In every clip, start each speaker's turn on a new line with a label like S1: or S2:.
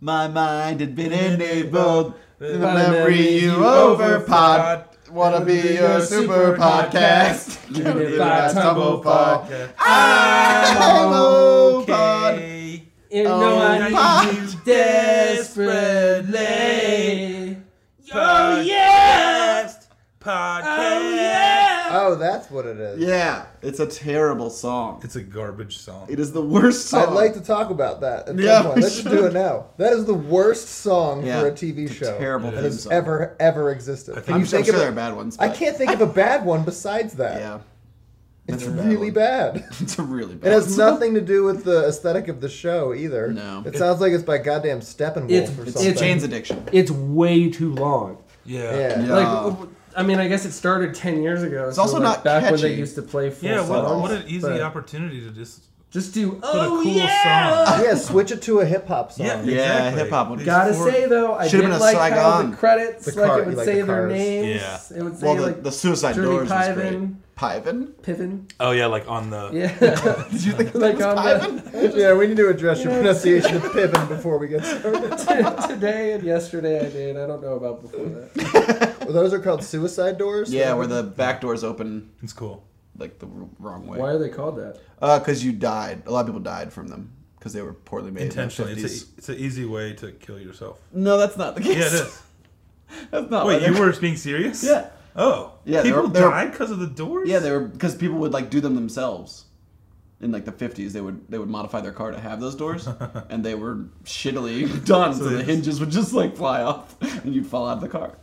S1: My mind had been enabled. The memory you overpod. Wanna be your super podcast. Limited by tumble pod.
S2: Ah!
S1: I'm okay.
S3: You know
S1: Oh,
S3: I
S1: fuck.
S3: need you desperately. Oh yeah. Oh yeah.
S4: Oh, that's what it is.
S1: Yeah, it's a terrible song.
S2: It's a garbage song.
S1: It is the worst song.
S4: I'd like to talk about that at
S1: Yeah,
S4: some
S1: we
S4: point. Let's just
S1: should.
S4: do it now. That is the worst song
S1: Yeah,
S4: for a TV
S1: it's a
S4: show
S1: terrible
S4: that
S1: theme
S4: has
S1: song.
S4: ever ever existed.
S2: I
S4: Can
S2: think-
S1: I'm,
S4: you
S1: sure- I'm sure
S4: think of
S1: there are
S4: a,
S1: bad ones.
S4: I
S1: but-
S4: can't think of a bad one besides that.
S1: Yeah,
S4: it's
S1: that's a bad
S4: really
S1: one.
S4: bad.
S1: it's a really bad.
S4: It has
S1: song.
S4: nothing to do with the aesthetic of the show either.
S1: No.
S4: it sounds like it's by goddamn Steppenwolf
S3: It's-
S4: or
S3: it's
S4: something.
S3: Jane's
S1: Jane's addiction.
S3: It's way too long.
S2: yeah.
S4: yeah.
S1: Yeah.
S3: Like,
S1: Uh,
S3: w- I mean, I guess it started ten years ago. It's
S1: also
S3: like
S1: not
S3: back when they
S1: catchy.
S3: used to play full
S2: Yeah, what,
S3: songs,
S2: what an easy
S3: but
S2: opportunity to just.
S3: Just do
S2: a
S3: oh
S2: cool
S3: yeah.
S2: song.
S4: Yeah, switch it to a hip hop song.
S2: Yeah,
S1: Yeah,
S2: exactly.
S1: hip-hop would-
S3: Gotta
S2: Before-
S3: say though, I
S1: Should've
S3: did
S1: been a
S3: like how
S1: Saigon.
S3: the credits,
S4: The
S3: like
S4: car-
S3: it would
S4: like
S3: say
S4: the
S3: their
S4: cars.
S3: names.
S2: Yeah.
S3: It would say
S1: Well, the,
S3: like
S1: the Suicide
S3: Dirty
S1: Doors was
S3: Piven.
S1: great. Piven.
S3: Piven.
S2: Oh yeah, like on the.
S3: Yeah.
S1: Did you think
S3: Like
S1: that was
S3: on the-
S1: Piven?
S4: Yeah, we need to address your pronunciation of Pippin before we get started.
S3: Today and yesterday I did. I don't know about before that.
S4: Well, those are called suicide doors.
S1: Yeah, where the back doors open
S2: It's cool.
S1: like the r- wrong way.
S3: Why are they called that?
S1: Uh, because you died. A lot of people died from them because they were poorly made. in the
S2: Intentionally, it's,
S1: 50s.
S2: a, it's an easy way to kill yourself.
S1: No, that's not the case.
S2: Yeah, it is.
S1: that's not.
S2: Wait,
S1: why
S2: you
S1: Oh, they're-
S2: were being serious?
S1: Yeah.
S2: Oh.
S1: Yeah, they were-
S2: People
S1: they were-
S2: died because of the doors.
S1: Yeah, they were because people would like do them themselves. In like the fifties, they would they would modify their car to have those doors, and they were shittily done, so,
S2: they
S1: the
S2: just-
S1: hinges would just like fly off, and you'd fall out of the car.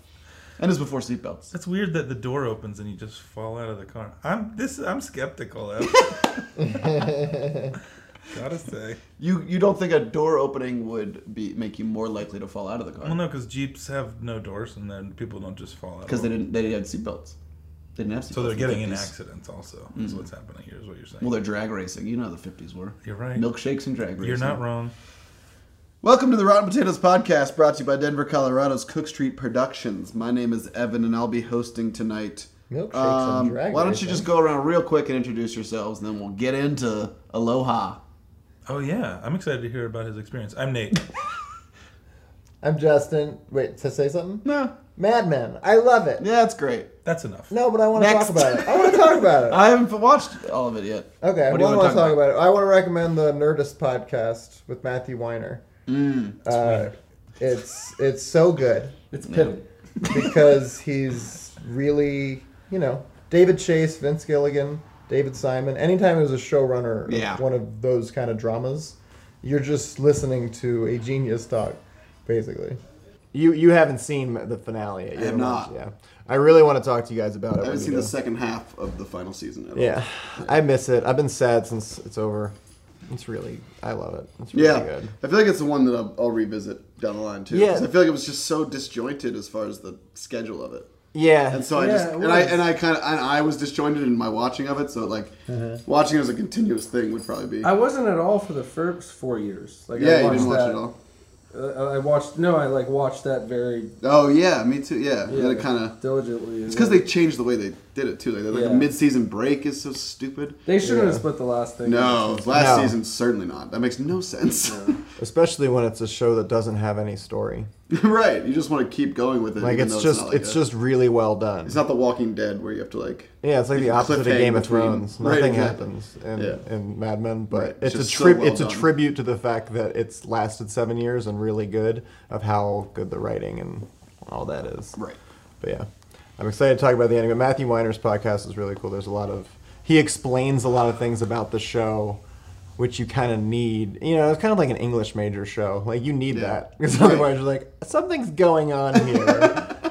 S1: And it's before seatbelts.
S2: That's weird that the door opens and you just fall out of the car. I'm this. I'm skeptical. Of. Gotta say.
S1: You you don't think a door opening would be make you more likely to fall out of the
S2: Well,
S1: car
S2: no, because Jeeps have no doors, and then people don't just fall out.
S1: because
S2: of
S1: they
S2: them.
S1: didn't they had seatbelts. They didn't have seatbelts.
S2: So they're
S1: in
S2: getting in
S1: the 50s.
S2: accidents. Also, is what's happening here. Is what you're saying.
S1: Well, they're drag racing. You know how the fifties were.
S2: You're right.
S1: Milkshakes and drag racing.
S2: you're not wrong.
S1: Welcome to the Rotten Potatoes Podcast, brought to you by Denver, Colorado's Cook Street Productions. My name is Evan, and I'll be hosting tonight.
S4: Milkshakes and
S1: Um,
S4: drag
S1: Why don't you
S4: racing.
S1: just go around real quick and introduce yourselves, and then we'll get into Aloha.
S2: Oh yeah, I'm excited to hear about his experience. I'm Nate.
S4: I'm Justin. Wait, to say something?
S1: No,
S4: Mad Men. I love it.
S1: yeah, it's great.
S2: That's enough.
S4: No, but I want to
S1: Next.
S4: talk about it. I want to talk about it.
S1: I haven't watched all of it yet.
S4: Okay,
S1: What do you
S4: well, I
S1: wanna
S4: want to talk about it. I want to recommend the Nerdist podcast with Matthew Weiner.
S1: Mm,
S4: uh, it's it's so good
S3: It's Piven.
S4: because he's really you know David Chase, Vince Gilligan, David Simon. Anytime it was a showrunner, of
S1: Yeah.
S4: one of those kind of dramas, you're just listening to a genius talk, basically. You you haven't seen the finale yet.
S1: I
S4: You
S1: have haven't watched- not.
S4: yeah, I really want to talk to you guys about it.
S1: I haven't seen the second half of the final season. At
S4: Yeah, I miss it. I've been sad since it's over. It's really, I love it. It's really
S1: Yeah,
S4: good.
S1: I feel like it's the one that I'll, I'll revisit down the line too.
S4: Yeah.
S1: 'cause I feel like it was just so disjointed as far as the schedule of it.
S4: Yeah,
S1: And so I
S3: Yeah,
S1: just
S3: it
S1: and I
S3: was.
S1: and I kind of and I was disjointed in my watching of it. So like watching it as a continuous thing would probably be.
S3: Uh-huh. I wasn't at all for the first four years. Like
S1: yeah,
S3: I
S1: you
S3: watched
S1: didn't watch
S3: that,
S1: it all.
S3: Uh, I watched no, I like watched that very
S1: Oh yeah, me too. Yeah, yeah. it kind of.
S3: diligently.
S1: It's because they changed the way they did it too. Like, like
S3: Yeah.
S1: the mid-season break is so stupid.
S3: they shouldn't have
S4: Yeah.
S3: split the last thing.
S1: No, last
S4: No.
S1: season certainly not. That makes no sense.
S4: especially when it's a show that doesn't have any story.
S1: right, you just want to keep going with it.
S4: Like
S1: even
S4: it's
S1: though
S4: just,
S1: it's,
S4: it's,
S1: not like a-
S4: just really well done.
S1: It's not The Walking Dead where you have to like.
S4: yeah, it's like the opposite of
S1: cliffhang
S4: Game of
S1: between-
S4: Thrones.
S1: Right,
S4: Nothing
S1: exactly.
S4: happens in,
S1: Yeah.
S4: in Mad Men, but
S1: Right.
S4: it's
S1: Just
S4: a
S1: so
S4: trib-
S1: well
S4: it's a
S1: done.
S4: tribute to the fact that it's lasted seven years and really good of how good the writing and all that is.
S1: Right.
S4: But yeah, I'm excited to talk about the anime. Matthew Weiner's podcast is really cool. There's a lot of he explains a lot of things about the show, which you kind of need. You know, it's kind of like an English major show. Like you need
S1: Yeah.
S4: that because
S1: Right.
S4: otherwise you're like something's going on here.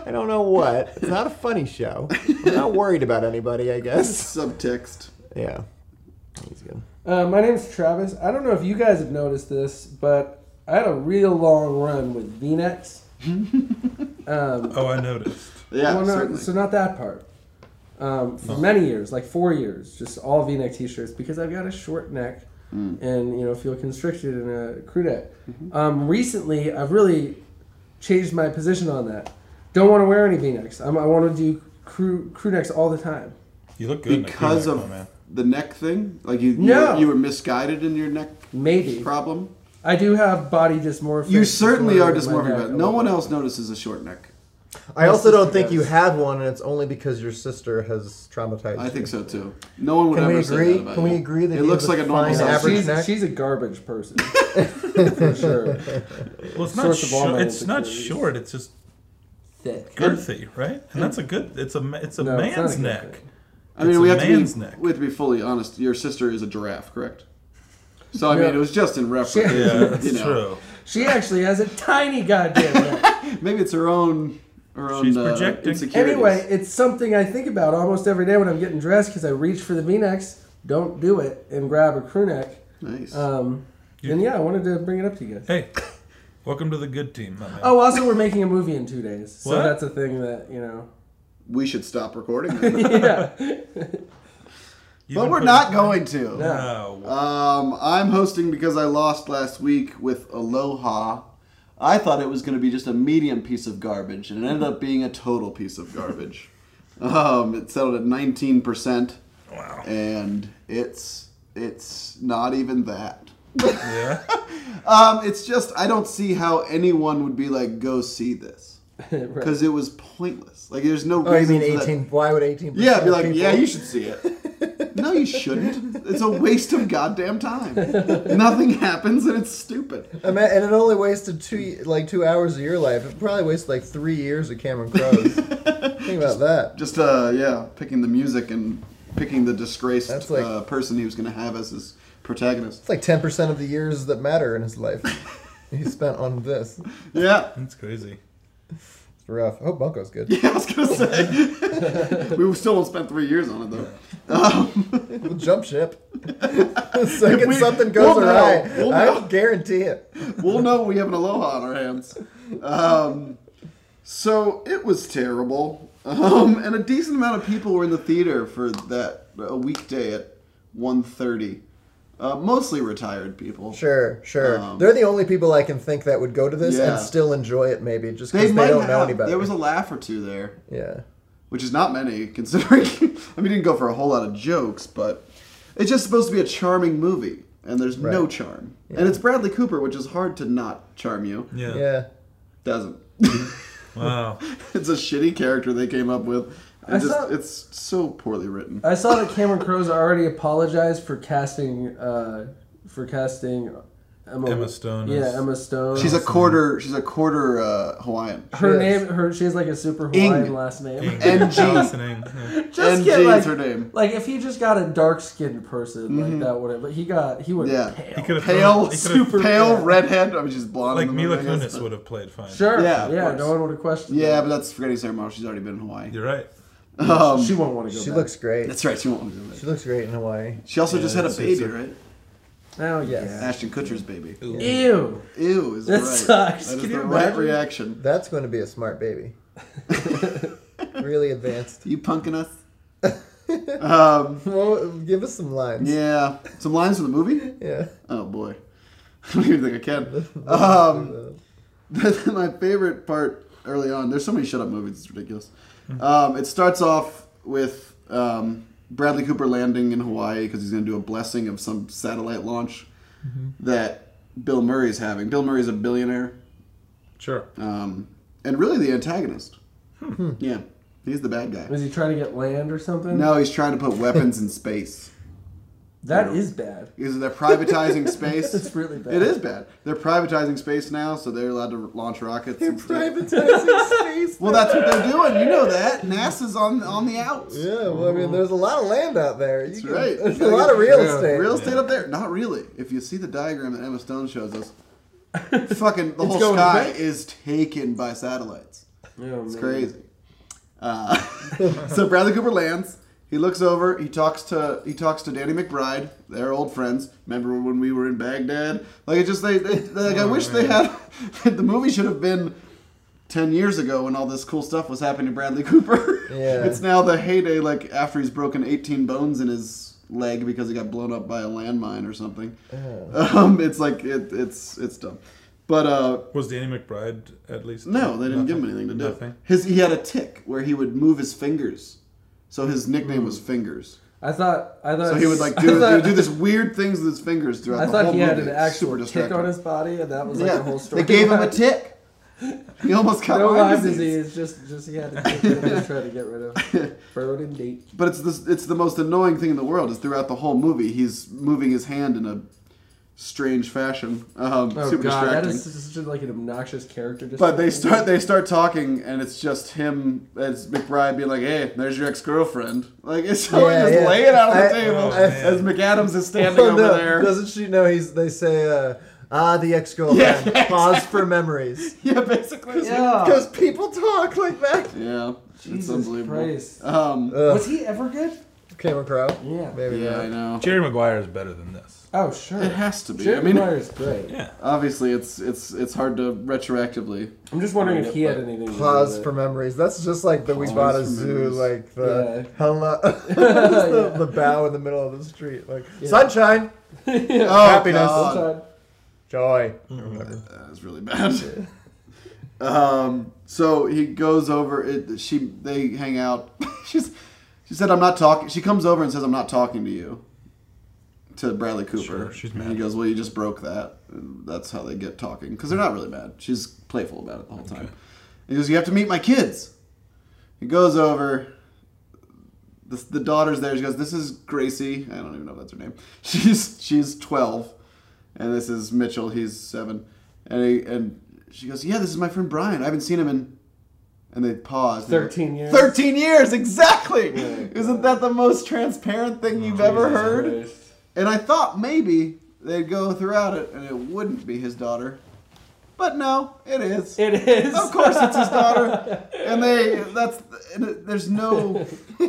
S4: I don't know what. It's not a funny show. I'm not worried about anybody. I guess.
S1: Subtext.
S4: Yeah. He's good.
S3: Uh, my name's Travis. I don't know if you guys have noticed this, but I had a real long run with V-necks. um,
S2: Oh, I noticed.
S1: Yeah,
S3: well, not-
S1: certainly. Oh.
S3: so not that part. Um, for many years, like four years, just all V-neck T-shirts because I've got a short neck
S1: Mm.
S3: and you know feel constricted in a crew neck.
S1: Mm-hmm.
S3: Um, recently, I've really changed my position on that. Don't want to wear any V-necks. I'm, I want to do crew crew necks all the time.
S2: You look good.
S1: because
S2: in a crew neck,
S1: of
S2: my man.
S1: the neck thing. Like you, you,
S3: No.
S1: were, you were misguided in your neck
S3: Maybe
S1: problem.
S3: I do have body dysmorphia.
S1: You certainly are dysmorphic
S3: dysmorphia.
S1: about it. No one else notices a short neck.
S5: I also don't think
S3: Yes.
S5: you have one, and it's only because your sister has traumatized.
S1: I
S5: you.
S1: think so too. No one would
S5: Can
S1: ever
S5: we
S1: say
S5: agree-
S1: that about
S5: can we
S1: you.
S5: agree that
S1: it
S5: you
S1: looks
S5: have a
S1: like a normal
S5: fine
S1: size?
S5: average
S1: She's-
S5: neck?
S3: She's, she's a garbage person. for sure.
S2: Well, it's not
S3: Source of all
S2: short.
S3: my
S2: It's not
S3: insecurities.
S2: short. It's just
S3: Thick.
S2: girthy, right? And that's a good. It's a ma- it's a
S3: No, it's not
S2: man's
S3: a good
S2: neck.
S3: thing.
S1: I mean,
S2: It's
S1: we
S2: a
S1: have to
S2: man's
S1: be
S2: neck.
S1: we have to be fully honest. Your sister is a giraffe, correct? So I
S3: Yeah.
S1: mean, it was just in reference.
S3: Yeah,
S2: Yeah, that's
S1: you know.
S2: true.
S3: She actually has a tiny goddamn neck.
S1: Maybe it's her own her own
S2: She's
S1: uh,
S2: projecting.
S1: insecurities.
S3: Anyway, it's something I think about almost every day when I'm getting dressed because I reach for the V-necks, don't do it, and grab a crew neck.
S1: nice.
S5: uh,
S3: Um, and yeah, I wanted to bring it up to you guys.
S2: Hey, welcome to the good team. My man.
S3: Oh, also we're making a movie in two days, so
S2: What?
S3: that's a thing that you know.
S1: we should stop recording, then.
S3: Yeah,
S2: You've
S1: but
S2: been
S1: we're
S2: putting-
S1: not going to.
S2: No.
S1: Um, I'm hosting because I lost last week with Aloha. I thought it was going to be just a medium piece of garbage, and it ended up being a total piece of garbage. um, it settled at 19%,
S2: Wow.
S1: and it's it's not even that.
S2: Yeah.
S1: Um, it's just I don't see how anyone would be like, go see this
S3: right.
S1: because it was pointless. Like, there's no
S5: Oh, I
S1: reason.
S5: mean,
S1: for that-
S5: eighteen. Why would eighteen?
S1: Yeah, be like, yeah, you should see it. no, you shouldn't. It's a waste of goddamn time. Nothing happens, and it's stupid.
S5: I mean, and it only wasted two, like two hours of your life. It probably wasted like three years of Cameron Crowe's. Think about that.
S1: Just uh, yeah, picking the music and picking the disgraced
S5: That's like-
S1: uh, person he was gonna have as his protagonist.
S5: It's like ten percent of the years that matter in his life. he spent on this.
S1: Yeah,
S2: That's crazy.
S5: It's rough. I hope Bunko's good.
S1: yeah, I was gonna say we still won't spend three years on it though. Um,
S5: We'll jump ship. Second
S1: we-
S5: something goes
S1: we'll know.
S5: awry,
S1: We'll
S5: I
S1: know.
S5: guarantee it.
S1: we'll know we have an aloha on our hands. Um, so it was terrible, um, and a decent amount of people were in the theater for that a weekday at 1.30. Uh, mostly retired people.
S5: Sure, sure.
S1: Um,
S5: They're the only people I can think that would go to this
S1: Yeah.
S5: and still enjoy it, maybe, just
S1: They
S5: because they,
S1: might
S5: don't
S1: have.
S5: know any better.
S1: There was a laugh or two there,
S5: yeah.
S1: which is not many considering. I mean, it didn't go for a whole lot of jokes, but it's just supposed to be a charming movie, and there's no
S5: Right.
S1: charm. And it's Bradley Cooper, which is hard to not charm you.
S2: Yeah.
S5: Yeah.
S1: Doesn't.
S2: Wow.
S1: it's a shitty character they came up with. It
S3: I
S1: just,
S3: saw-
S1: It's so poorly written.
S3: I saw that Cameron Crowe's already apologized for casting uh, for casting Emma,
S2: Emma Stone
S3: Yeah,
S2: is-
S3: Emma Stone.
S1: She's a quarter. She's a quarter uh, Hawaiian.
S3: her
S5: She is.
S3: name. Her she has like a super Hawaiian
S1: Ing.
S3: last name.
S2: Ing.
S1: NG.
S2: Allison Ing. Yeah.
S3: Just
S1: NG
S3: get
S1: is
S3: like,
S1: her name. Mm-hmm.
S3: like if he just got a dark skinned person like that would have. But he got he would
S1: Yeah.
S3: yeah. pale.
S2: He could have
S1: Pale,
S2: thrown, he could've-
S1: super pale redhead. I mean, she's blonde.
S2: Like
S1: in the
S2: Mila
S1: movie, I guess,
S2: Kunis
S1: but-
S2: would have played fine.
S3: Sure.
S1: Yeah,
S3: Yeah.
S1: of course.
S3: no one would have questioned.
S1: Yeah,
S3: that.
S1: but that's forgetting ceremony. She's already been in Hawaii.
S2: You're right.
S1: Um,
S3: she won't want to go.
S5: She
S3: back.
S5: looks great.
S1: that's right. She won't do it.
S5: She looks great in Hawaii.
S1: She also
S2: Yeah,
S1: just had a
S2: it's-
S1: baby,
S2: it's a-
S1: right?
S3: Oh yeah.
S5: Yes.
S1: Ashton Kutcher's baby.
S2: Ooh.
S3: Ew.
S1: Ew, is
S3: That
S1: right.
S3: sucks.
S1: That is
S3: Can
S1: the
S3: you
S1: right
S3: imagine?
S1: reaction.
S5: That's going to be a smart baby. really advanced.
S1: You punking us? um,
S5: Well, give us some lines.
S1: yeah. Some lines from the movie?
S5: Yeah.
S1: Oh boy, I don't even think I can. Um, but then my favorite part early on, there's so many shut up movies, it's ridiculous. Um, it starts off with um, Bradley Cooper landing in Hawaii because he's going to do a blessing of some satellite launch
S3: Mm-hmm.
S1: that Bill Murray's having. Bill Murray's a billionaire
S2: Sure.
S1: um, and really the antagonist. Yeah, he's the bad guy.
S3: Hmm. Was he trying to get land or something?
S1: No, he's trying to put weapons in space.
S3: That is bad.
S1: Is they're privatizing space?
S3: It's really bad.
S1: It is bad. They're privatizing space now, so they're allowed to launch rockets.
S5: They're
S1: and stuff.
S5: privatizing space.
S1: Well, that's what they're doing. You know that. NASA's on on the outs.
S5: Yeah, well, I mean, there's a lot of land out there. You
S1: That's
S5: can-
S1: right.
S5: There's a lot of real estate.
S1: Real estate up there? Not really. If you see the diagram that Emma Stone shows us, fucking the
S3: It's
S1: whole
S3: going
S1: sky
S3: quick.
S1: is taken by satellites.
S3: Oh,
S1: It's crazy. Uh, so Bradley Cooper lands. He looks over. He talks to he talks to Danny McBride. They're old friends. Remember when we were in Baghdad? Like it just they, they like I wish they had. the movie should have been ten years ago when all this cool stuff was happening to Bradley Cooper.
S5: Yeah.
S1: it's now the heyday. Like after he's broken eighteen bones in his leg because he got blown up by a landmine or something. Um, it's like it, it's it's dumb. But uh,
S2: Was Danny McBride at least?
S1: no, they didn't give him
S2: Nothing.
S1: anything to do.
S2: Nothing.
S1: His he had a tick where he would move his fingers, so his nickname was Fingers.
S3: I thought I
S1: So
S3: thought
S1: he would like do,
S3: I thought-
S1: he would do this weird things with his fingers throughout
S3: I
S1: the
S3: thought
S1: whole
S3: he had
S1: movie.
S3: an
S1: It's
S3: actual tick
S1: distracting.
S3: on his body, and that was like
S1: yeah,
S3: the whole story.
S1: they gave him a tick. He almost got
S3: No
S1: Lyme
S3: Lyme
S1: disease.
S3: disease, just just he had to take it and try to get rid of. Burrowed and date.
S1: But it's this, it's the most annoying thing in the world. Is throughout the whole movie, he's moving his hand in a strange fashion. Um,
S3: Oh
S1: super
S3: god, that
S1: distracting.
S3: is just, such a, like an obnoxious character.
S1: But they
S3: description.
S1: start they start talking, and it's just him. It's McBride being like, "Hey, there's your ex girlfriend." Like it's so
S5: Yeah,
S1: just
S5: yeah.
S1: lay it out on the
S5: I-
S1: table
S2: oh, man.
S1: as McAdams is standing
S5: Well,
S1: over
S5: Oh, no,
S1: there.
S5: Doesn't she know he's? They say, uh, ah, the ex girlfriend.
S1: Yeah, exactly.
S5: Pause for memories.
S1: yeah, basically.
S3: Yeah.
S5: Because people talk like that.
S1: Yeah, it's
S3: Jesus
S1: unbelievable.
S3: Christ.
S1: Um,
S5: Ugh.
S3: Was he ever good?
S5: Cameron Crowe.
S3: Yeah.
S5: Maybe
S1: yeah,
S5: not.
S1: I know.
S2: Jerry Maguire is better than this.
S3: Oh sure.
S1: It has to be.
S3: Jerry
S1: I mean,
S3: Maguire's great.
S2: Yeah.
S1: obviously, it's it's it's hard to retroactively.
S3: I'm just wondering if he had
S1: But-
S3: anything. to do
S5: Pause
S3: with
S5: for memories. That's just like the We
S1: Pause
S5: Bought a
S1: for
S5: Zoo,
S1: memories.
S5: like the
S3: Yeah.
S5: hello, just the,
S3: Yeah.
S5: the bow in the middle of the street, like
S3: Yeah.
S5: sunshine,
S3: it.
S1: Oh,
S5: Happiness.
S1: God.
S3: Sometimes.
S5: joy.
S1: That's really bad. um, so he goes over. It, she they hang out. She's she said I'm not talking. She comes over and says I'm not talking to you. To Bradley Cooper.
S2: Sure, she's
S1: And he
S2: mad.
S1: goes, well, you just broke that. And that's how they get talking because they're not really mad. She's playful about it the whole time. He goes, you have to meet my kids. He goes over. The, the daughter's there. She goes, "This is Gracie. I don't even know if that's her name. She's she's twelve, and this is Mitchell. He's seven, and he, and she goes, "Yeah, this is my friend Brian. I haven't seen him in." And they pause.
S3: 13 years.
S1: Thirteen years, exactly.
S3: Yeah.
S1: Isn't that the most transparent thing you've ever
S3: Jesus
S1: heard?
S3: Christ.
S1: And I thought maybe they'd go throughout it, and it wouldn't be his daughter. But no, it is.
S3: It is.
S1: Of course, it's his daughter, and they—that's. There's no.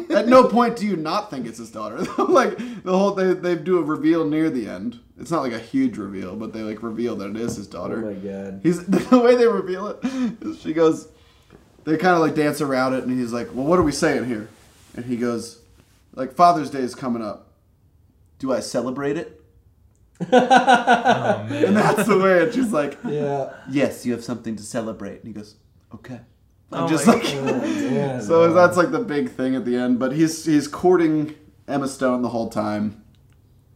S1: At no point do you not think it's his daughter. like the whole they they do a reveal near the end. It's not like a huge reveal, but they like reveal that it is his
S3: Oh
S1: daughter.
S3: my god.
S1: He's the way they reveal it. Is she goes, they kind of like dance around it, and he's like, "Well, what are we saying here?" And he goes, "Like Father's Day is coming up. Do I celebrate it?"
S2: Oh
S1: And
S2: man.
S1: that's the way. And she's like,
S3: Yeah.
S1: "Yes, you have something to celebrate." And he goes, "Okay." I'm
S2: Oh
S1: just
S2: my
S1: like,
S3: Yeah.
S1: so that's like the big thing at the end. But he's he's courting Emma Stone the whole time.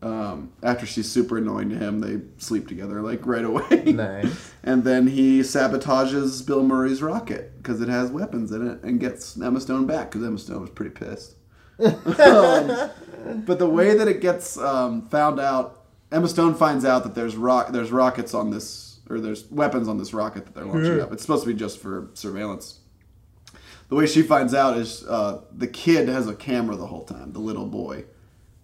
S1: Um, after she's super annoying to him, they sleep together like right away.
S5: Nice.
S1: And then he sabotages Bill Murray's rocket because it has weapons in it and gets Emma Stone back because Emma Stone was pretty pissed. Um, but the way that it gets um, found out, Emma Stone finds out that there's rock, there's rockets on this, or there's weapons on this rocket that they're launching up. It's supposed to be just for surveillance. The way she finds out is uh, the kid has a camera the whole time. The little boy,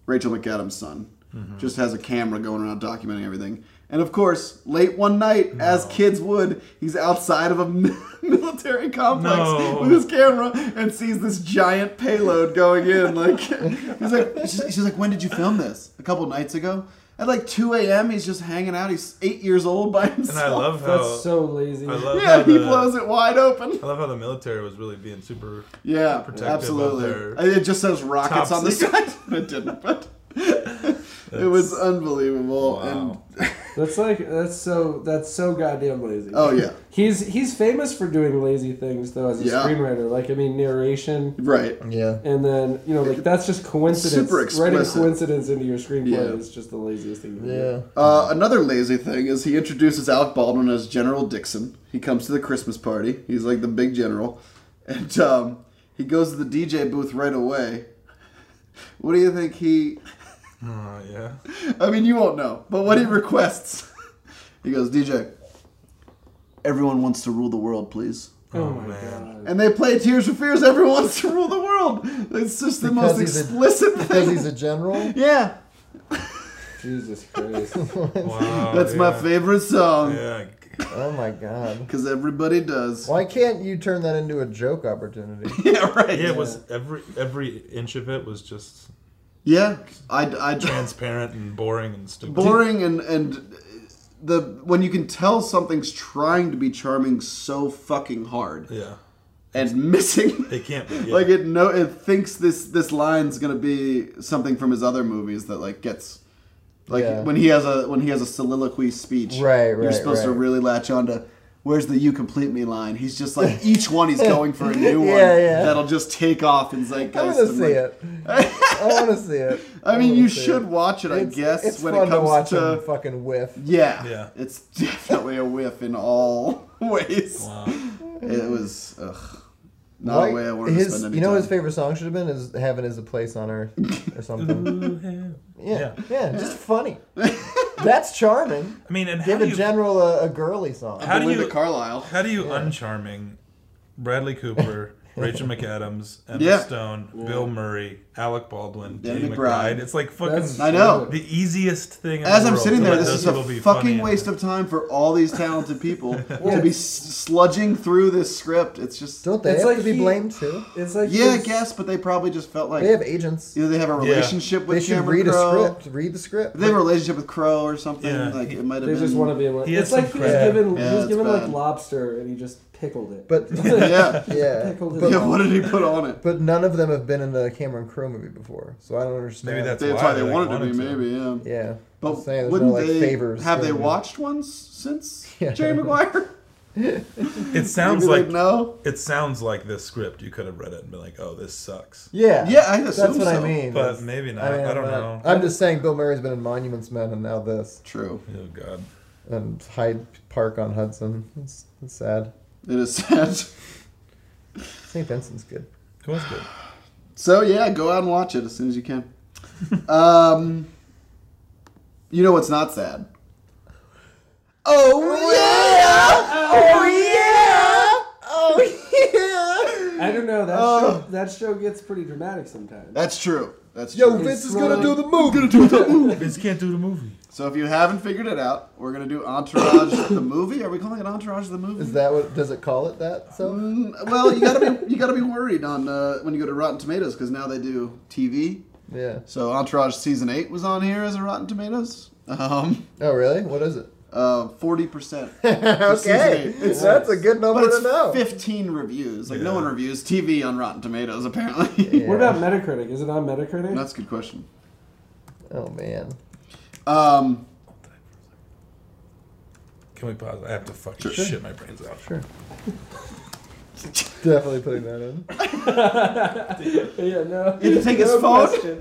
S1: Rachel McAdams' son, just has a camera going around documenting everything. And of course, late one night, as kids would, he's outside of a mi- military complex
S2: No.
S1: with his camera and sees this giant payload going in. Like he's like, she's, she's like, when did you film this? A couple nights ago. At like 2 a.m., he's just hanging out. He's eight years old by himself.
S2: And I love how
S3: That's so lazy.
S2: I love how
S1: Yeah, he
S2: the-
S1: blows it wide open.
S2: I love how the military was really being super.
S1: Yeah,
S2: protective of
S1: absolutely.
S2: their
S1: I- It just says rockets
S2: top
S1: on the
S2: secret.
S1: side. it didn't, but it was unbelievable.
S2: Wow.
S1: And
S3: That's like that's so that's so goddamn lazy.
S1: oh yeah,
S3: He's he's famous for doing lazy things though as a
S1: Yeah.
S3: screenwriter. Like I mean narration
S1: right.
S5: Yeah.
S3: and then you know like that's just coincidence.
S1: Super
S3: Writing
S1: explicit.
S3: coincidence into your screenplay
S1: Yeah.
S3: is just the laziest thing. Oh you can
S5: Yeah.
S1: Uh, another lazy thing is he introduces Alec Baldwin as General Dixon. He comes to the Christmas party. He's like the big general, and um, he goes to the DJ booth right away. What do you think he?
S2: Oh yeah.
S1: I mean, you won't know, but what he requests, he goes, DJ. Everyone wants to rule the world, please.
S3: do. Oh,
S2: Oh,
S3: my
S2: man.
S3: god.
S1: And they play Tears for Fears. Everyone wants to rule the world. It's just the
S5: Because
S1: most
S5: he's a-
S1: explicit
S5: Because
S1: thing.
S5: he's a general.
S1: yeah,
S3: Jesus Christ.
S2: Wow.
S1: that's my
S2: Oh, yeah.
S1: favorite song
S2: Yeah.
S5: Oh my god.
S1: because everybody does.
S5: Why can't you turn that into a joke opportunity?
S1: Yeah, right.
S2: Yeah, it was every every inch of it was just
S1: Yeah, I, I
S2: transparent and boring and stupid.
S1: boring and and the when you can tell something's trying to be charming so fucking hard
S2: Yeah.
S1: and missing.
S2: They can't. Be, yeah.
S1: Like it no it thinks this this line's gonna be something from his other movies that like gets like
S5: Yeah.
S1: when he has a when he has a soliloquy speech.
S5: Right,
S1: You're
S5: right,
S1: supposed to
S5: right.
S1: really latch on to where's the "You Complete Me" line? He's just like each one he's going for a new one
S4: Yeah, yeah.
S1: that'll just take off and zeitgeist.
S4: I want to
S1: and,
S4: see
S1: like-
S4: it. I want to see it.
S1: I mean,
S4: wanna
S1: you
S4: see
S1: should
S4: it.
S1: watch it, I
S4: It's-
S1: guess.
S4: It's
S1: when
S4: fun
S1: it comes
S4: to watch
S1: to
S4: him fucking whiff.
S1: yeah,
S2: Yeah.
S1: it's definitely a whiff in all ways.
S2: Wow.
S1: It was ugh, not
S4: Like,
S1: a way I wanted to
S4: his,
S1: spend any
S4: You know what
S1: time.
S4: his favorite song should have been is "Heaven Is a Place on Earth" or something. yeah, yeah, just funny. That's charming.
S2: I mean, and how
S4: Give
S2: do,
S4: a
S2: you,
S4: general a, a girly song.
S2: How do
S1: Belinda
S2: you-
S1: Carlisle?
S2: how do you uncharming Bradley Cooper, Rachel McAdams, Emma
S1: Yeah.
S2: Stone, Bill Murray, Alec Baldwin,
S1: Danny
S2: Danny
S1: McBride.
S2: McBride. It's like fucking
S3: That's
S1: I know.
S3: true.
S2: the easiest thing. In
S1: As
S2: the
S1: I'm
S2: world
S1: sitting
S2: to
S1: there,
S2: let
S1: this
S2: those
S1: is a
S2: people be funny
S1: fucking
S2: and-
S1: waste of time for all these talented people to
S3: Yes.
S1: be s- sludging through this script. It's just
S4: Don't they
S3: It's
S4: have
S3: like
S4: to be
S3: he-
S4: blamed too?
S3: It's like
S1: yeah, I
S3: his-
S1: guess, but they probably just felt like
S4: They have agents.
S1: either they have a relationship
S4: They
S1: with
S4: should
S1: Cameron
S4: read
S1: Crowe,
S4: a script. Read the script.
S1: They have a relationship with Crow or something.
S2: Yeah.
S1: like it might have
S3: They
S1: been.
S3: just want to be able.
S2: He
S3: it's
S2: had some
S3: like he was
S2: credit.
S3: given
S1: Yeah,
S3: he was
S1: it's
S3: given like
S1: bad.
S3: lobster and he just pickled it.
S4: but
S1: Yeah.
S4: yeah,
S3: Pickled
S4: but,
S3: it.
S1: yeah. What did he put on it?
S4: but none of them have been in the Cameron Crowe movie before, so I don't understand.
S2: Maybe that's
S1: That's
S2: why
S1: why they
S2: they
S1: wanted,
S2: wanted
S1: to be,
S2: to.
S1: maybe. Yeah.
S4: yeah.
S1: But
S4: Just saying, there's
S1: wouldn't
S4: no, like,
S1: they
S4: favors
S1: have
S4: to
S1: they
S4: them.
S1: watched one s- since
S4: Yeah.
S1: Jerry Maguire?
S2: It sounds
S1: Maybe
S2: like
S1: they'd know.
S2: it sounds like this script. You could have read it and been like, "Oh, this sucks."
S4: Yeah,
S1: Yeah, I assume
S4: that's what I
S1: so.
S4: mean.
S2: But
S4: is-
S2: maybe not. I don't
S4: I'm
S2: know.
S4: I'm just saying Bill Murray's been in Monuments Men and now this
S1: True.
S2: Oh God.
S4: and Hyde Park on Hudson. It's, it's sad.
S1: It is sad.
S4: St. Vincent's good.
S2: It was good.
S1: So yeah, go out and watch it as soon as you can. um, you know what's not sad?
S4: Oh yeah! Oh yeah! Oh yeah!
S3: I don't know that
S1: Oh.
S3: show, that show gets pretty dramatic sometimes.
S1: That's true. That's
S4: Yo,
S1: true.
S4: Vince
S3: It's
S4: is gonna
S3: like-
S4: do the move. Gonna do the move.
S2: Vince can't do the movie.
S1: So if you haven't figured it out, we're gonna do Entourage the movie. Are we calling it Entourage the movie?
S4: Is that what? Does it call it that? So
S1: Mm, well, you gotta be you gotta be worried on uh, when you go to Rotten Tomatoes because now they do TV.
S4: yeah.
S1: So Entourage season eight was on here as a Rotten Tomatoes. Um, uh,
S4: Oh really? What is it?
S1: forty percent.
S4: It's- that's a good number
S1: But
S4: to know.
S1: it's fifteen reviews. Like no
S2: Yeah.
S1: one reviews TV on Rotten Tomatoes apparently.
S4: Yeah.
S3: What about Metacritic? Is it on Metacritic?
S1: That's a good question.
S4: Oh man.
S1: Um,
S2: Can we pause? I have to fucking shit my brains out.
S4: Sure. Definitely putting that in.
S3: yeah, no.
S1: You had to take his
S3: No
S1: phone?
S3: question.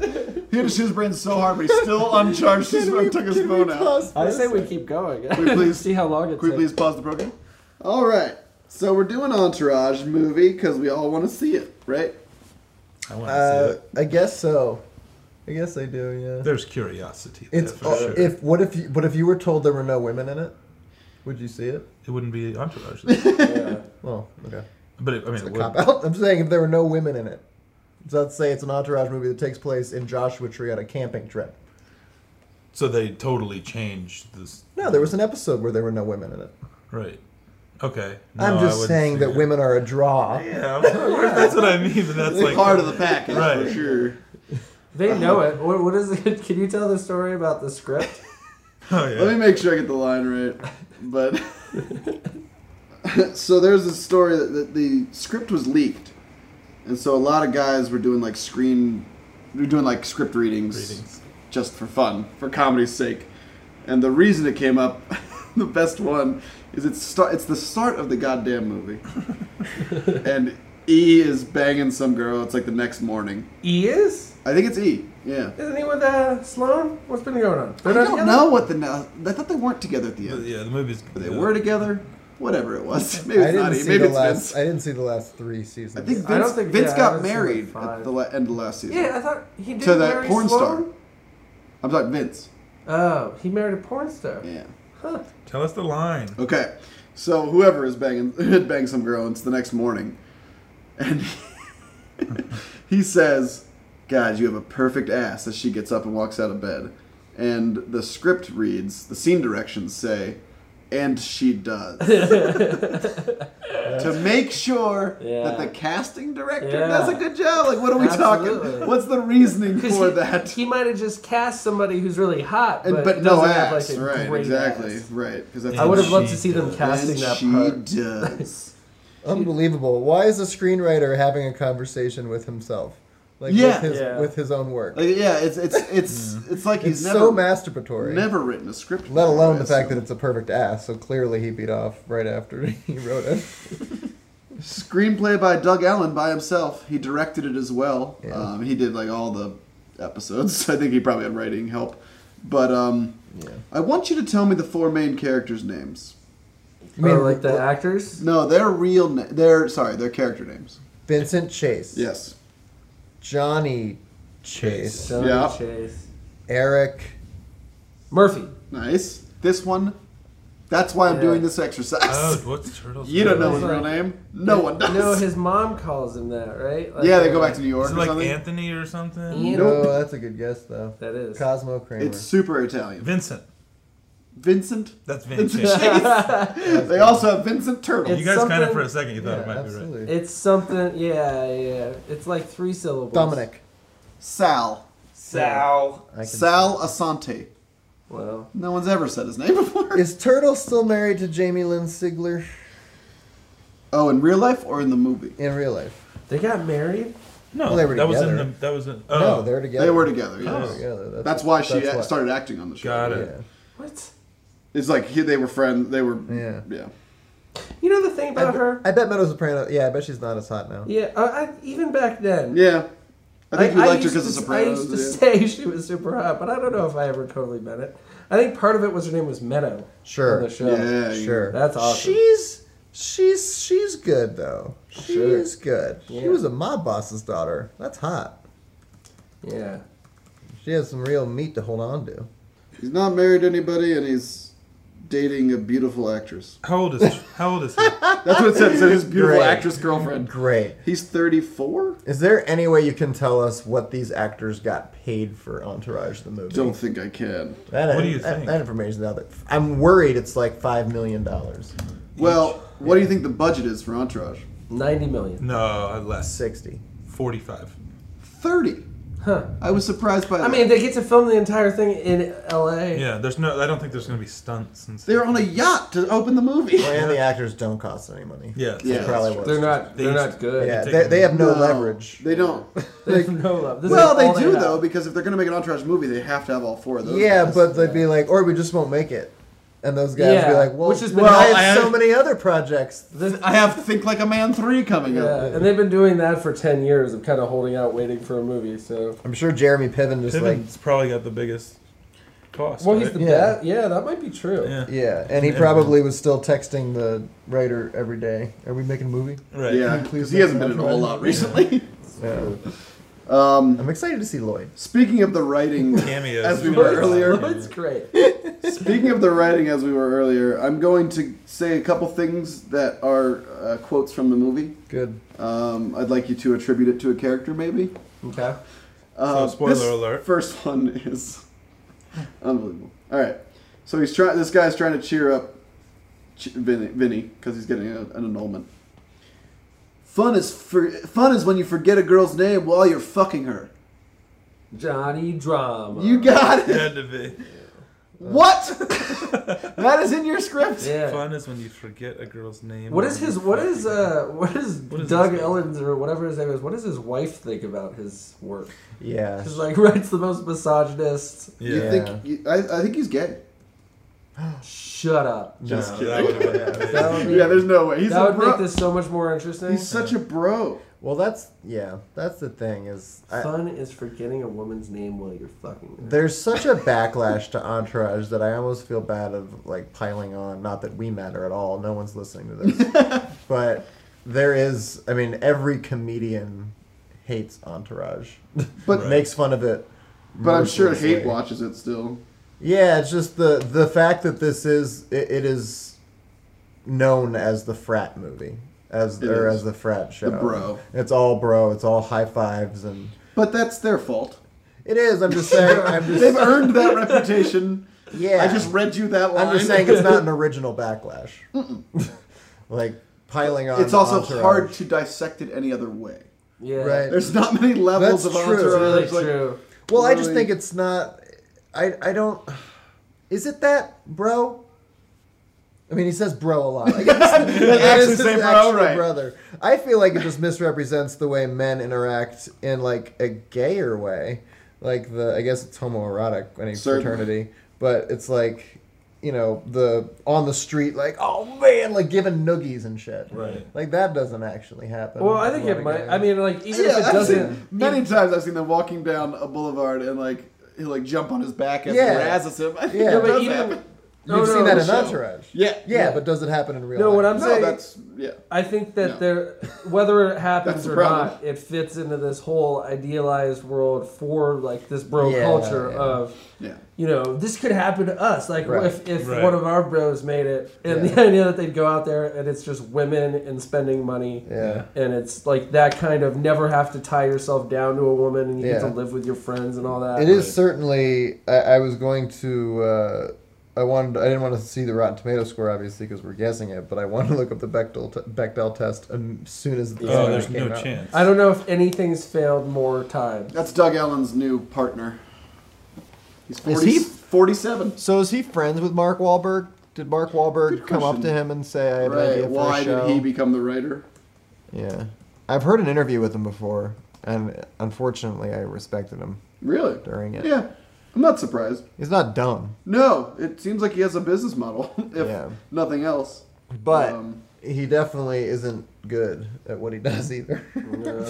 S1: he had to shoot his brain so hard, but he still uncharged his phone. Took his phone out.
S3: I say we keep going.
S1: we please-
S3: see how long it
S1: Can we please
S3: takes.
S1: pause the program? All right. So we're doing Entourage movie because we all want to see it, right?
S2: I want to
S4: Uh,
S2: see it.
S4: I guess so. I guess I do. Yeah.
S2: There's curiosity. There
S4: It's
S2: for
S4: uh,
S2: sure.
S4: if what if you, what if you were told there were no women in it? Would you see it?
S2: it wouldn't be entourage, then.
S3: Yeah.
S4: Well, okay.
S2: but it, I mean, it
S4: A
S2: would.
S4: cop out. I'm saying if there were no women in it. So let's say it's an entourage movie that takes place in Joshua Tree on a camping trip.
S2: So they totally changed this.
S4: No, there was an episode where there were no women in it.
S2: Right. Okay. No,
S4: I'm
S2: I
S4: just
S2: wouldn't
S4: saying
S2: see
S4: that
S2: it.
S4: women are a draw.
S2: Yeah, of course, that's what I mean. But that's
S1: It's
S2: like
S1: part of the package for
S2: Right.
S1: sure.
S3: They know it. What, what is it? Can you tell the story about the script?
S2: Oh
S1: Let me
S2: yeah.
S1: make sure I get the line right. But so there's this story that, that the script was leaked, and so a lot of guys were doing like screen, were doing like script readings,
S2: Readings.
S1: just for fun, for comedy's sake. And the reason it came up, the best one, is it's start. It's the start of the goddamn movie, and E is banging some girl. It's like the next morning.
S3: E is?
S1: I think it's E. Yeah.
S3: Isn't he with uh, Sloan? What's been going on?
S1: I
S3: They're not
S1: don't
S3: together?
S1: know what the. I thought they weren't together at the
S2: But
S1: end.
S2: yeah, the movie's.
S1: But they
S2: yeah.
S1: were together. Whatever it was, maybe
S4: I
S1: it's not. E,
S4: didn't see
S1: Maybe
S4: the
S1: it's
S4: last.
S1: Vince.
S4: I didn't see the last three seasons.
S1: I think Vince,
S3: I don't think-
S1: Vince
S3: yeah, I
S1: got
S3: haven't seen, like,
S1: married at
S3: five.
S1: the la- end of last season.
S3: Yeah, I thought he did
S1: to that
S3: marry
S1: porn star.
S3: Sloan?
S1: I'm talking Vince.
S3: Oh, he married a porn star.
S1: Yeah.
S3: Huh.
S2: Tell us the line.
S1: Okay. So whoever is banging had banged some girl, and it's the next morning, and he says, "God, you have a perfect ass." As she gets up and walks out of bed, and the script reads, the scene directions say, "And she does." to make sure
S3: Yeah.
S1: that the casting director
S3: Yeah.
S1: does a good job. Like, what are we
S3: Absolutely.
S1: talking? What's the reasoning
S3: Because
S1: for
S3: he,
S1: that?
S3: he might have just cast somebody who's really hot,
S1: and,
S3: but,
S1: but no
S3: doesn't have,
S1: ass,
S3: like, a
S1: right?
S3: great
S1: Exactly,
S3: ass.
S1: right? Because
S2: I
S3: I would have
S2: She
S3: loved to see them
S2: does.
S3: casting
S1: and
S3: that
S1: she
S3: part.
S1: does.
S4: Unbelievable. Why is the screenwriter having a conversation with himself? like
S1: Yeah.
S4: with his
S6: Yeah.
S4: with his own work.
S1: Like, yeah, it's it's it's it's like he's
S4: it's
S1: never
S4: so masturbatory.
S1: never written a script.
S4: Let
S1: before,
S4: alone
S1: I
S4: the fact that
S1: assume.
S4: it's a perfect ass. So clearly he beat off right after he wrote it.
S1: Screenplay by Doug Allen by himself. He directed it as well.
S4: Yeah.
S1: Um, he did like all the episodes. I think he probably had writing help. But um,
S4: Yeah.
S1: I want you to tell me the four main characters' names.
S4: I mean,
S3: or Oh, like the
S4: well-
S3: actors.
S1: No, their real. Na- their sorry, their character names.
S4: Vincent Chase.
S1: Yes.
S4: Johnny Chase.
S3: Johnny
S1: Yeah.
S3: Chase.
S4: Eric.
S3: Murphy.
S1: Nice. This one. That's why I'm
S3: Yeah.
S1: doing this exercise.
S2: Oh, what's turtles?
S1: you don't know
S2: name?
S1: his real name. No one does.
S3: No, his mom calls him that, right? Like,
S1: yeah, they go back to New York
S2: Is it
S1: or
S2: like
S1: something.
S2: Anthony or something?
S3: Ian-
S4: Oh, that's a good guess though.
S3: That is.
S4: Cosmo Kramer.
S1: It's super Italian.
S2: Vincent.
S1: Vincent.
S2: That's Vincent.
S1: Vincent Chase. they also have Vincent
S2: you
S1: Turtle.
S3: It's
S2: guys kind
S3: something-
S2: of for a second you thought
S4: yeah,
S2: it might
S4: absolutely.
S3: It's something. Yeah, yeah. It's like three syllables.
S4: Dominic.
S1: Sal.
S6: Sal.
S4: I can-
S1: Sal Asante.
S3: Wow.
S1: No one's ever said his name before.
S4: Is Turtle still married to Jamie Lynn Sigler
S1: Oh, in real life or in the movie?
S4: in real life?
S3: They got married.
S2: be right. No,
S4: Well, they were
S2: that was
S4: together.
S2: in the that was in oh
S4: No, they're together.
S1: They were together.
S4: They were
S1: Yes.
S4: together. That's,
S1: That's why she
S4: Oh. that's
S1: a- started acting on the show.
S2: Got it.
S4: Yeah.
S3: What?
S1: It's like he, they were friends. They were.
S4: Yeah.
S1: Yeah.
S3: You know the thing
S4: I,
S3: about her?
S4: bet- I bet Meadow Soprano. Yeah, I bet she's not as hot now.
S3: Yeah, I, I, even back then.
S1: Yeah. I think we liked her
S3: used
S1: because of
S3: to- I
S1: Sopranos.
S3: used to
S1: yeah.
S3: say she was super hot, but I don't know if I ever totally met it. I think part of it was her name was Meadow on
S4: Sure,
S3: the show.
S1: Yeah, you-
S4: sure.
S3: That's awesome.
S4: She's she's she's good though.
S3: Sure.
S4: She's good. She
S3: Yeah.
S4: was a mob boss's daughter. That's hot.
S3: Yeah.
S4: She has some real meat to hold on to.
S1: He's not married to anybody, and he's dating a beautiful actress.
S2: How old is how old is he?
S1: That's what it said. It said his beautiful
S4: Great.
S1: actress girlfriend.
S4: Great.
S1: He's 34.
S4: Is there any way you can tell us what these actors got paid for Entourage the movie?
S1: Don't think I can.
S4: That,
S2: What do you
S4: that,
S2: think?
S4: That information's out there. I'm worried it's like five million dollars.
S1: Well, what do you think the budget is for Entourage?
S3: 90 million.
S2: No, less
S4: Sixty.
S2: forty five.
S1: 30.
S3: Huh.
S1: I was surprised by that.
S3: I mean, they get to film the entire thing in LA.
S2: Yeah, there's no. I don't think there's gonna be stunts and stuff.
S1: they were on a yacht to open the movie.
S4: Well, and the actors don't cost any money.
S2: yeah,
S1: Yeah.
S4: They probably
S1: that's
S4: was.
S3: They're not
S2: They
S3: they're
S2: used-
S3: not good.
S4: Yeah,
S2: They
S4: they,
S2: take
S4: they have no,
S1: No,
S4: leverage.
S1: They don't.
S3: They have no love. This is
S1: well,
S3: all
S1: they do
S3: have.
S1: though, because if they're gonna make an Entourage movie, they have to have all four of those.
S4: Yeah,
S1: guys.
S4: but they'd be like, or we just won't make it. And those guys would be
S3: Yeah,
S4: like, well,
S3: which has been-
S4: well, I have
S1: I
S4: so
S1: have-
S4: many other projects.
S3: This-
S1: I have Think Like a Man three coming
S3: yeah,
S1: up.
S3: and they've been doing that for 10 years of kind of holding out waiting for a movie, so
S4: I'm sure Jeremy Piven just
S2: Piven's probably got the biggest cost.
S3: Well,
S2: right?
S3: he's the
S4: Yeah.
S3: best. Yeah, that might be true.
S2: yeah,
S4: like, yeah, and he
S2: Yeah.
S4: probably was still texting the writer every day. Are we making a movie?
S2: right.
S1: Yeah, because
S4: Please make
S1: he hasn't
S4: an
S1: been in a whole
S4: Entourage.
S1: lot recently.
S4: Yeah.
S1: Um,
S4: I'm excited to see Lloyd.
S1: speaking of the writing,
S2: Cameos.
S1: As we were earlier.
S3: It's great.
S1: Speaking of the writing, as we were earlier, I'm going to say a couple things that are uh, quotes from the movie.
S4: Good.
S1: Um, I'd like you to attribute it to a character, maybe.
S3: Okay.
S1: Uh,
S2: So, spoiler
S1: this
S2: alert.
S1: First one is unbelievable. All right, so he's trying. This guy's trying to cheer up Ch- Vinny because he's getting a, an annulment. Fun is for, fun is when you forget a girl's name while you're fucking her.
S3: Johnny Drama.
S1: You got
S2: It
S1: it.
S2: had to be.
S1: What? that is in your script.
S3: Yeah.
S2: Fun is when you forget a girl's name.
S3: What is his? What is uh? What is,
S2: What is
S3: Doug
S2: his name?
S3: Ellen's or whatever his name is? What does his wife think about his work?
S4: Yeah.
S3: He's like writes the most misogynist.
S2: Yeah.
S1: You think? You, I, I think he's gay.
S3: Shut up.
S2: Just
S1: No,
S2: kidding.
S1: that would've
S3: That would, be,
S1: Yeah, there's no way. He's
S3: that
S1: a
S3: would
S1: bro.
S3: make this so much more interesting.
S1: He's such a bro.
S4: Well, that's yeah. That's the thing is, I,
S3: Fun is forgetting a woman's name while you're fucking. Her.
S4: there's such a backlash to Entourage that I almost feel bad of like piling on. Not that we matter at all. No one's listening to this, but there is. I mean, every comedian hates Entourage, but
S1: Right.
S4: makes fun of it.
S1: But I'm sure
S4: mercilessly.
S1: hate watches it still.
S4: Yeah, it's just the the fact that this is it, it is known as the frat movie, as
S1: It
S4: or
S1: is.
S4: as the frat show.
S1: bro.
S4: It's all bro. It's all high fives and.
S1: But that's their fault.
S4: It is. I'm just saying. I'm
S1: They've
S4: just.
S1: earned that reputation.
S4: Yeah.
S1: I just read you that line.
S4: I'm just saying it's not an original backlash. like piling on.
S1: It's also
S4: Entourage.
S1: hard to dissect it any other way.
S3: Yeah.
S4: Right.
S1: There's not many levels
S4: That's
S1: of
S4: true.
S3: It's really
S1: entourage. like-
S3: true.
S4: Well, I just
S1: really-
S4: think it's not. I I don't. Is it that, bro? I mean, he says bro a lot. I guess
S1: They actually
S4: his
S1: say bro,
S4: actual
S1: right.
S4: brother. I feel like it just misrepresents the way men interact in like a gayer way, like the I guess it's homoerotic any
S1: Certainly.
S4: fraternity, but it's like you know the on the street like oh man like giving noogies and shit.
S2: Right.
S4: Like that doesn't actually happen.
S3: Well, I think
S4: with a
S3: it
S4: lot
S3: might.
S4: of gays.
S3: I mean, like even
S1: yeah,
S3: if it
S1: I've seen-
S3: doesn't,
S1: many times I've seen them walking down a boulevard and like he'll like jump on his back as
S4: Yeah.
S1: he razzes him. I think
S4: Yeah.
S1: yeah,
S4: Yeah,
S1: it
S4: but
S1: does
S3: even-
S1: happen.
S3: No,
S4: you've
S3: no,
S4: seen that
S3: no,
S4: in
S1: show.
S4: Entourage.
S1: Yeah,
S4: Yeah,
S3: Yeah.
S4: but does it happen in real
S3: No,
S4: life?
S3: what I'm
S1: no,
S3: saying,
S1: that's yeah.
S3: I think that
S1: No.
S3: there, whether it happens
S1: That's the
S3: or
S1: problem.
S3: not, it fits into this whole idealized world for like this bro
S4: Yeah,
S3: culture
S4: yeah.
S3: of,
S1: Yeah.
S3: you know, this could happen to us. Like
S4: Right.
S3: if, if
S2: Right.
S3: one of our bros made it, and
S4: Yeah.
S3: the idea that they'd go out there and it's just women and spending money.
S4: Yeah.
S3: And it's like that kind of never have to tie yourself down to a woman, and you get to
S4: Yeah.
S3: live with your friends and all that.
S4: It is certainly. I, I was going to. Uh, I wanted. I didn't want to see the Rotten Tomato score, obviously, because we're guessing it. But I wanted to look up the Bechdel, t- Bechdel test um, as soon as the.
S2: Oh,
S4: score
S2: there's
S4: came
S2: no
S4: out.
S2: chance.
S3: I don't know if anything's failed more times.
S1: That's Doug Allen's new partner. He's 40,
S5: Is he-
S1: 47.
S5: So is he friends with Mark Wahlberg? Did Mark Wahlberg
S1: Good
S5: come up to
S1: question.
S5: him and say, "I have an idea
S1: Right.
S5: for
S1: Why
S5: a show"?
S1: did he become the writer?
S5: yeah, I've heard an interview with him before, and unfortunately, I respected him
S1: Really?
S5: during it.
S1: Yeah. I'm not surprised.
S5: He's not dumb,
S1: No, it seems like he has a business model, if
S5: Yeah.
S1: nothing else.
S4: But
S1: Um,
S4: he definitely isn't good at what he does either.
S3: Yeah.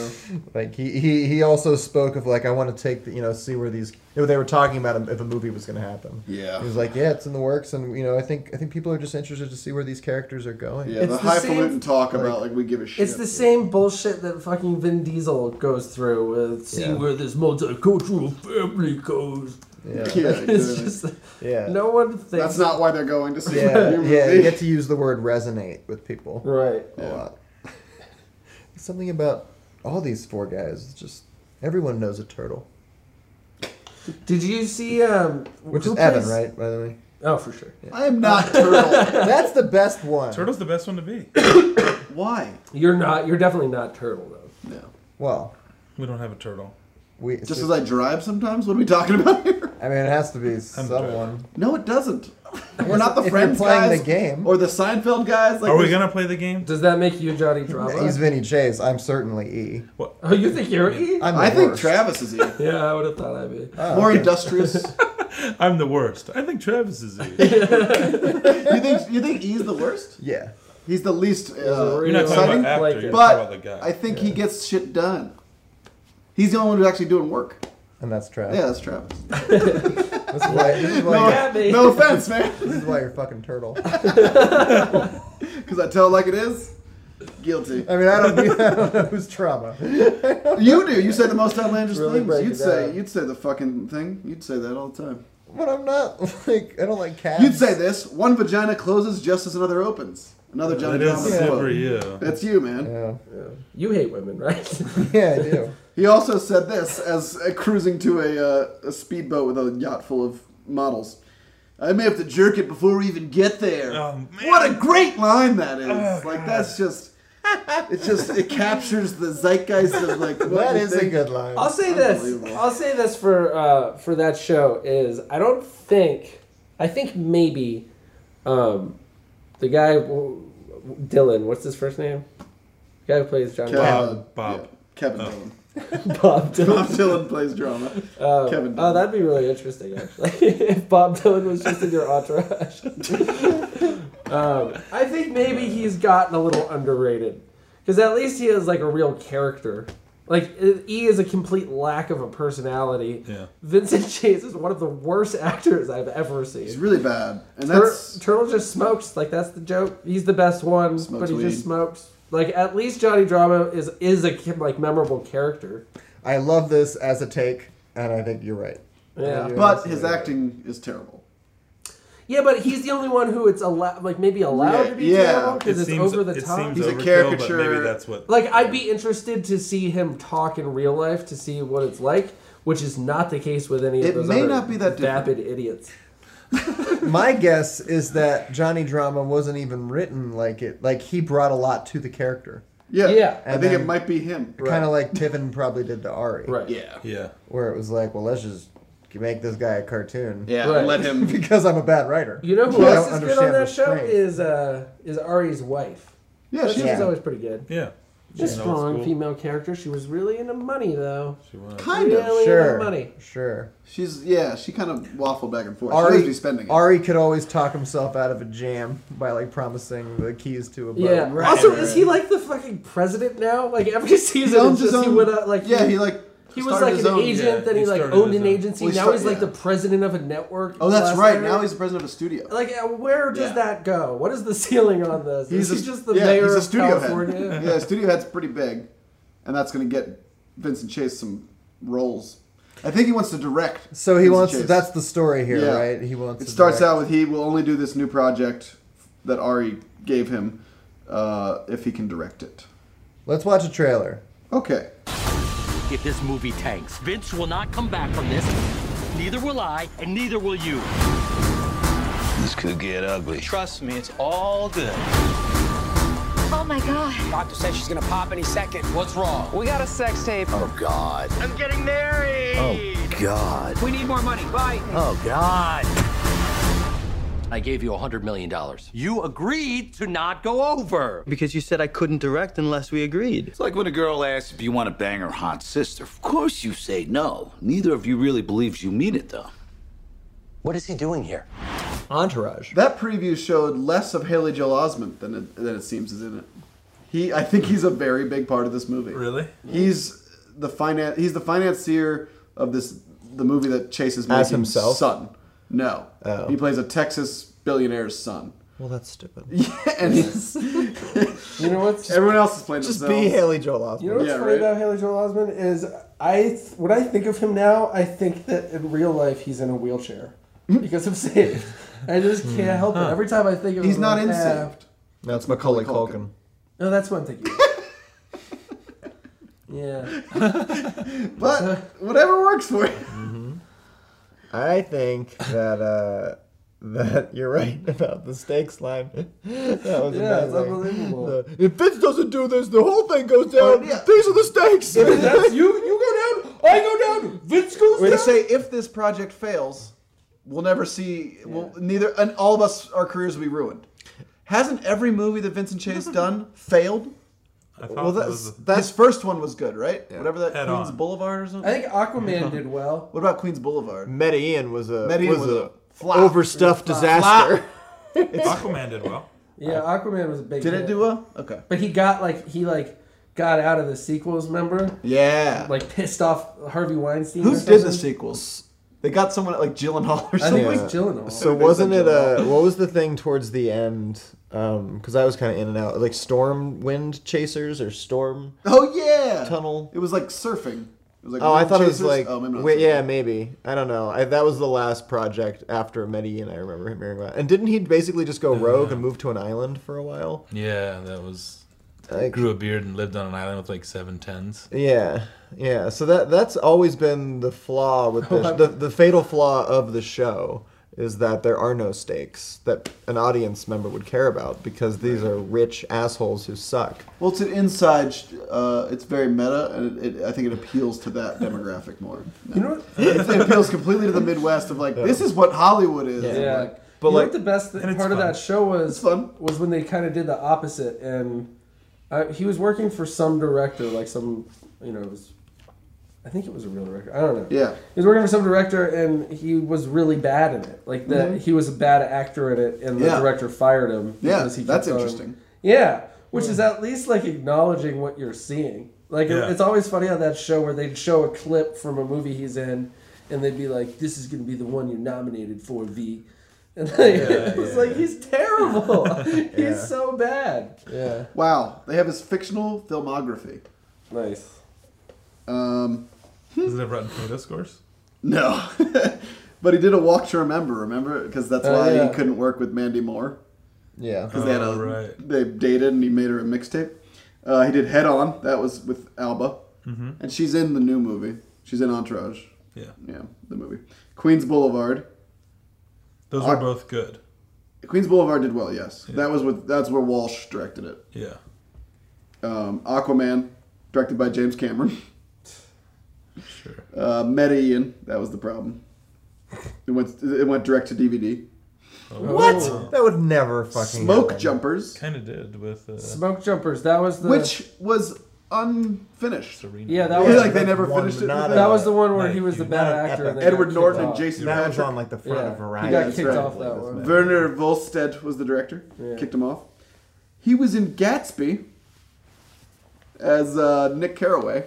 S4: like he, he he also spoke of like I want to take the you know see where these you know, they were talking about if a movie was going to happen.
S1: Yeah.
S4: He was like, yeah, it's in the works, and you know I think I think people are just interested to see where these characters are going.
S1: Yeah,
S3: It's
S1: the
S3: the
S1: highfalutin
S3: same-
S1: talk about like we give a shit.
S3: It's the same bullshit that fucking Vin Diesel goes through with see
S4: Yeah.
S3: where this multicultural family goes.
S4: Yeah.
S1: Yeah,
S3: it's
S1: exactly.
S3: just
S4: Yeah.
S3: no one thinks
S1: That's not why they're going to see
S4: Yeah,
S1: yeah, your movie.
S4: yeah. You get to use the word resonate with people
S3: right.
S4: a lot. Something about all these four guys. It's just everyone knows a turtle,
S3: Did you see um
S4: which
S3: who
S4: is Evan,
S3: plays-
S4: right? By the way,
S3: Oh, for sure.
S1: I am not turtle.
S4: that's the best one.
S2: Turtle's the best one to be.
S1: why?
S3: You're not. You're definitely not turtle though.
S1: No.
S4: Well,
S2: We don't have a turtle.
S4: we
S1: Just as I drive sometimes? What are we talking about here?
S4: I mean, it has to be someone.
S1: No, it doesn't. We're not the
S4: If you're
S1: Friends
S4: playing
S1: guys
S4: the game.
S1: or the Seinfeld guys. Like
S2: Are we
S1: there's-
S2: gonna play the game?
S3: Does that make you Johnny Bravo?
S4: He's Vinny Chase. I'm certainly E.
S2: What?
S3: oh, you think you're E?
S4: I'm the
S1: I think
S4: worst.
S1: Travis is here.
S3: Yeah, I would have thought I'd be.
S4: Oh,
S1: More
S4: okay.
S1: industrious.
S2: I'm the worst. I think Travis is it.
S1: you think you think he's the worst?
S4: Yeah.
S1: He's the least. Uh,
S3: You're
S2: You're not
S1: Exciting?
S2: talking about actor.
S3: Like
S2: you're
S3: it.
S2: talking
S1: but
S2: about the guy.
S1: I think he gets shit done. He's the only one who's actually doing work.
S4: And that's Travis.
S1: Yeah, that's Travis.
S4: That's why. This is why,
S1: No,
S3: got me.
S1: no offense, man.
S4: this is why you're fucking turtle.
S1: Because I tell it like it is. Guilty.
S4: I mean, I don't, I don't know who's trauma.
S1: You do. You say the most outlandish
S4: Really break
S1: things.
S4: it
S1: You'd say
S4: down.
S1: you'd say the fucking thing. You'd say that all the time.
S4: But I'm not like I don't like cats.
S1: You'd say this: one vagina closes just as another opens. Another Johnny
S2: It
S1: Drama
S2: is
S4: Yeah.
S1: quote.
S2: super you.
S1: That's you, man.
S4: Yeah.
S3: Yeah. You hate women, right?
S4: Yeah, I do.
S1: He also said this as uh, cruising to a, uh, a speedboat with a yacht full of models. I may have to jerk it before we even get there.
S2: Oh, man.
S1: what a great line that is!
S2: Oh,
S1: like
S2: God.
S1: that's just. It just it captures the zeitgeist of like what
S4: That
S1: we
S4: is a
S1: think.
S4: good line.
S3: I'll say this.
S1: Unbelievable.
S3: I'll say this for uh, for that show is I don't think I think maybe um, the guy w- w- Dylan. What's his first name? The guy who plays John
S1: Kevin-
S2: Bob. Bob.
S1: yeah, Kevin
S2: Oh.
S1: Dillon.
S3: Bob Dylan.
S1: Bob Dylan plays drama.
S3: Um,
S1: Kevin Dillon.
S3: Oh, that'd be really interesting actually. if Bob Dylan was just in your entourage. um, I think maybe he's gotten a little underrated because at least he is like a real character. Like E is a complete lack of a personality.
S2: Yeah.
S3: Vincent Chase is one of the worst actors I've ever
S1: He's
S3: seen.
S1: really bad, and
S3: Tur-
S1: that's
S3: Turtle just smokes. Like that's the joke. He's the best one,
S1: Smokes
S3: but he
S1: weed.
S3: just smokes. Like at least Johnny Drama is is a ki- like memorable character.
S4: I love this as a take, and I think you're right.
S3: Yeah.
S4: Yeah.
S1: but his acting is terrible.
S3: Yeah, but he's the only one who it's allowed, like maybe allowed
S1: Yeah,
S3: to be
S1: yeah.
S3: terrible because it's over the
S2: it
S3: top.
S2: Seems
S1: He's a
S2: overkill,
S1: caricature.
S2: But maybe that's what.
S3: Like I'd be interested to see him talk in real life to see what it's like, which is not the case with any of
S1: It
S3: those
S1: may
S3: other
S1: not be that different.
S3: vapid idiots.
S4: My guess is that Johnny Drama wasn't even written like it. Like he brought a lot to the character,
S1: Yeah,
S3: Yeah.
S1: I
S4: And
S1: think
S4: then-
S1: it might be him.
S4: kind of like Tiffin probably did to Ari,
S3: Right.
S1: Yeah,
S2: yeah.
S4: Where it was like, well, let's just make this guy a cartoon,
S1: yeah.
S3: Right.
S1: Let him.
S4: because I'm a bad writer.
S3: You know who
S4: Yeah, I
S3: else
S4: don't
S3: is good on
S4: understand
S3: that
S4: the
S3: show
S4: strain.
S3: is uh is Ari's wife.
S1: Yeah,
S3: She's
S1: she,
S4: Yeah.
S3: always pretty good.
S2: Yeah.
S3: She's a
S2: She's old
S3: strong
S2: school.
S3: female character. She was really into money, though.
S2: She was.
S1: Kind of.
S3: Really
S4: Sure.
S3: into money.
S4: Sure.
S1: She's yeah. She kind of waffled back and forth. she knows
S4: Ari,
S1: she's spending it.
S4: Ari could always talk himself out of a jam by like promising the keys to a boat.
S3: Yeah.
S1: Right,
S3: also,
S1: right,
S3: is he
S1: right.
S3: like the fucking president now? Like every season, it's
S1: owns
S3: just,
S1: his
S3: he
S1: own-
S3: went out like
S1: yeah, he like
S3: he was
S1: started
S3: like
S1: his
S3: an
S1: own-
S3: agent,
S2: yeah,
S3: then he,
S2: he
S3: like
S2: started
S3: owned
S2: his
S3: an
S2: own.
S3: agency.
S1: Well, he
S3: now
S1: start-
S3: he's like
S1: yeah.
S3: the president of a network.
S1: Oh, that's
S3: last
S1: right.
S3: night.
S1: Now he's the president of a studio.
S3: like, uh, where does
S1: Yeah.
S3: that go? What is the ceiling on this? He's is he just the
S1: yeah,
S3: mayor
S1: he's a
S3: of
S1: studio
S3: California?
S1: Head. yeah, studio head's pretty big, and that's going to get Vincent Chase some roles. I think he wants to direct.
S4: So he
S1: Vincent
S4: wants.
S1: Chase.
S4: That's the story here,
S1: Yeah.
S4: right? He wants.
S1: It starts out with he will only do this new project that Ari gave him uh, if he can direct it.
S4: Let's watch a trailer.
S1: Okay.
S6: If this movie tanks, Vince will not come back from this. Neither will I, and neither will you.
S7: This could get ugly.
S8: Trust me, it's all good.
S9: Oh my god.
S6: Doctor says she's gonna pop any second. What's wrong?
S10: We got a sex tape.
S7: Oh God.
S6: I'm getting married.
S7: God.
S6: We need more money. Bye.
S7: Oh God.
S6: I gave you a hundred million dollars. You agreed to not go over.
S8: Because you said I couldn't direct unless we agreed.
S7: It's like when a girl asks if you want to bang her hot sister. Of course you say no. Neither of you really believes you mean it though.
S6: What is he doing here?
S4: Entourage.
S1: That preview showed less of Haley Joel Osment than it, than it seems is in it. He, I think he's a very big part of this movie.
S2: Really?
S1: He's the finance. He's the financier of this the movie that chases making
S4: himself? Oh.
S1: son. No, he plays a Texas billionaire's son,
S4: Well, that's stupid.
S1: and he's,
S3: You know what's
S1: everyone else is playing
S4: Just
S1: themselves.
S4: be Haley Joel Osment.
S3: You know what's
S1: Yeah,
S3: funny
S1: right.
S3: about Haley Joel Osment is I th- when I think of him now, I think that in real life he's in a wheelchair
S1: Hmm.
S3: because of Saved. I just
S6: Hmm.
S3: can't help it. Every time I think of
S1: He's
S3: him,
S1: not in
S3: I'm like, "Ah."
S1: Saved.
S4: that's Macaulay Culkin.
S3: No, that's what I'm thinking. of. yeah,
S1: But whatever works for you.
S4: I think that uh, that you're right about the stakes line. that was
S3: yeah, it's
S4: amazing.
S3: unbelievable.
S4: The, if Vince doesn't do this, the whole thing goes down. These are the stakes.
S3: That's you. You go down. I go down. Vince goes
S1: They
S3: down.
S1: say if this project fails, we'll never see. We'll, neither and all of us, our careers will be ruined. Hasn't every movie that Vincent Chase done failed?
S2: I thought
S4: well,
S2: that
S4: that's
S2: was.
S4: that's
S1: His first one was good, right? Whatever that
S2: Head
S1: Queens
S2: on.
S1: Boulevard or something.
S3: I think Aquaman did well.
S1: what about Queens Boulevard?
S5: Medellin was a
S1: Medellin
S5: was,
S1: was
S5: a,
S1: a flop.
S5: overstuffed disaster.
S2: Aquaman did well.
S3: Yeah, Aquaman was a big.
S1: Did
S3: hit.
S1: it do well? Okay.
S3: But he got like he like got out of the sequels. Remember?
S1: Yeah.
S3: Like pissed off Harvey Weinstein. or
S1: Who did the
S3: something?
S1: sequels? They got someone like Gyllenhaal or
S3: I think
S1: something.
S3: it was
S4: Yeah.
S3: Gyllenhaal.
S4: So
S1: Everybody's
S4: wasn't
S1: been
S4: it
S1: jumping
S4: uh what was the thing towards the end? Um, because I was kind of in and out, like storm wind chasers or storm.
S1: Oh yeah.
S4: Tunnel.
S1: It was like surfing. It was like
S4: Oh, I
S1: wind
S4: thought it was
S1: chasers.
S4: like,
S1: oh, maybe not
S4: wait,
S1: surfing.
S4: yeah, maybe. I don't know. I, that was the last project after Medellin. I remember him hearing about. And didn't he basically just go rogue and move to an island for a while?
S2: Yeah, that was.
S4: Like-
S2: Grew a beard and lived on an island with like seven tens.
S4: Yeah, yeah. So that that's always been the flaw with this, the the fatal flaw of the show is that there are no stakes that an audience member would care about because these are rich assholes who suck.
S1: Well, it's an inside. sh- Uh, it's very meta, and it, it, I think it appeals to that demographic more.
S3: You know what?
S1: it, it appeals completely to the Midwest of like this is what Hollywood is. And,
S3: Yeah.
S1: like,
S3: But
S4: But,
S3: you know
S4: like-
S3: what the best th-
S2: And it's
S3: part of
S2: fun.
S3: that show was
S1: It's fun.
S3: was when they kind of did the opposite, and I, he was working for some director, like some, you know, it was, I think it was a real director. I don't know.
S1: Yeah.
S3: he was working for some director, and he was really bad in it. Like that, he was a bad actor in it, and the
S1: Mm-hmm. Yeah.
S3: director fired him.
S1: Yeah,
S3: because he
S1: that's
S3: kept on-
S1: interesting.
S3: Yeah, which
S1: Hmm.
S3: is at least like acknowledging what you're seeing. Like it-
S2: Yeah.
S3: it's always funny on that show where they'd show a clip from a movie he's in, and they'd be like, "This is going to be the one you're nominated for, V." And like, it was like he's terrible. He's so bad. Yeah.
S1: wow, they have his fictional filmography.
S3: Nice.
S1: Um,
S2: Does it have Rotten Tomato scores?
S1: no, but he did a Walk to Remember. Remember, because that's
S3: Oh,
S1: why
S3: yeah.
S1: he couldn't work with Mandy Moore
S4: Yeah.
S1: because they had a
S2: Oh, right.
S1: they dated and he made her a mixtape. Uh, he did Head On. That was with Alba,
S3: Mm-hmm.
S1: and she's in the new movie. She's in Entourage.
S2: Yeah,
S1: Yeah, the movie Queens Boulevard.
S2: those were both good.
S1: Queens Boulevard did well. Yes, that was with that's where Walsh directed it.
S2: Yeah,
S1: Um, Aquaman, directed by James Cameron.
S2: sure.
S1: Uh, Medellin, that was the problem. It went it went direct to DVD.
S3: Oh.
S4: What? That would never fucking
S1: Smoke
S4: happen.
S1: Jumpers,
S2: Kind of did with. Uh,
S3: Smoke jumpers. That was the
S1: which was unfinished.
S3: Yeah, that
S1: Yeah,
S3: was
S1: like they never
S4: One,
S1: finished it.
S4: not
S3: that
S4: a-
S3: was the one where
S4: no,
S3: he was
S4: you-
S3: the bad
S4: not an
S3: actor.
S4: epic.
S3: and they got
S1: Edward
S3: kicked
S1: Norton and
S3: off.
S1: Jason
S4: That was
S1: Patrick.
S4: on like the front
S3: Yeah,
S4: of
S3: he
S4: Variety.
S3: got
S4: That's
S3: kicked
S4: right.
S3: off that one.
S1: Werner Volstead was the director.
S3: Yeah.
S1: Kicked him off. He was in Gatsby as uh, Nick Carraway.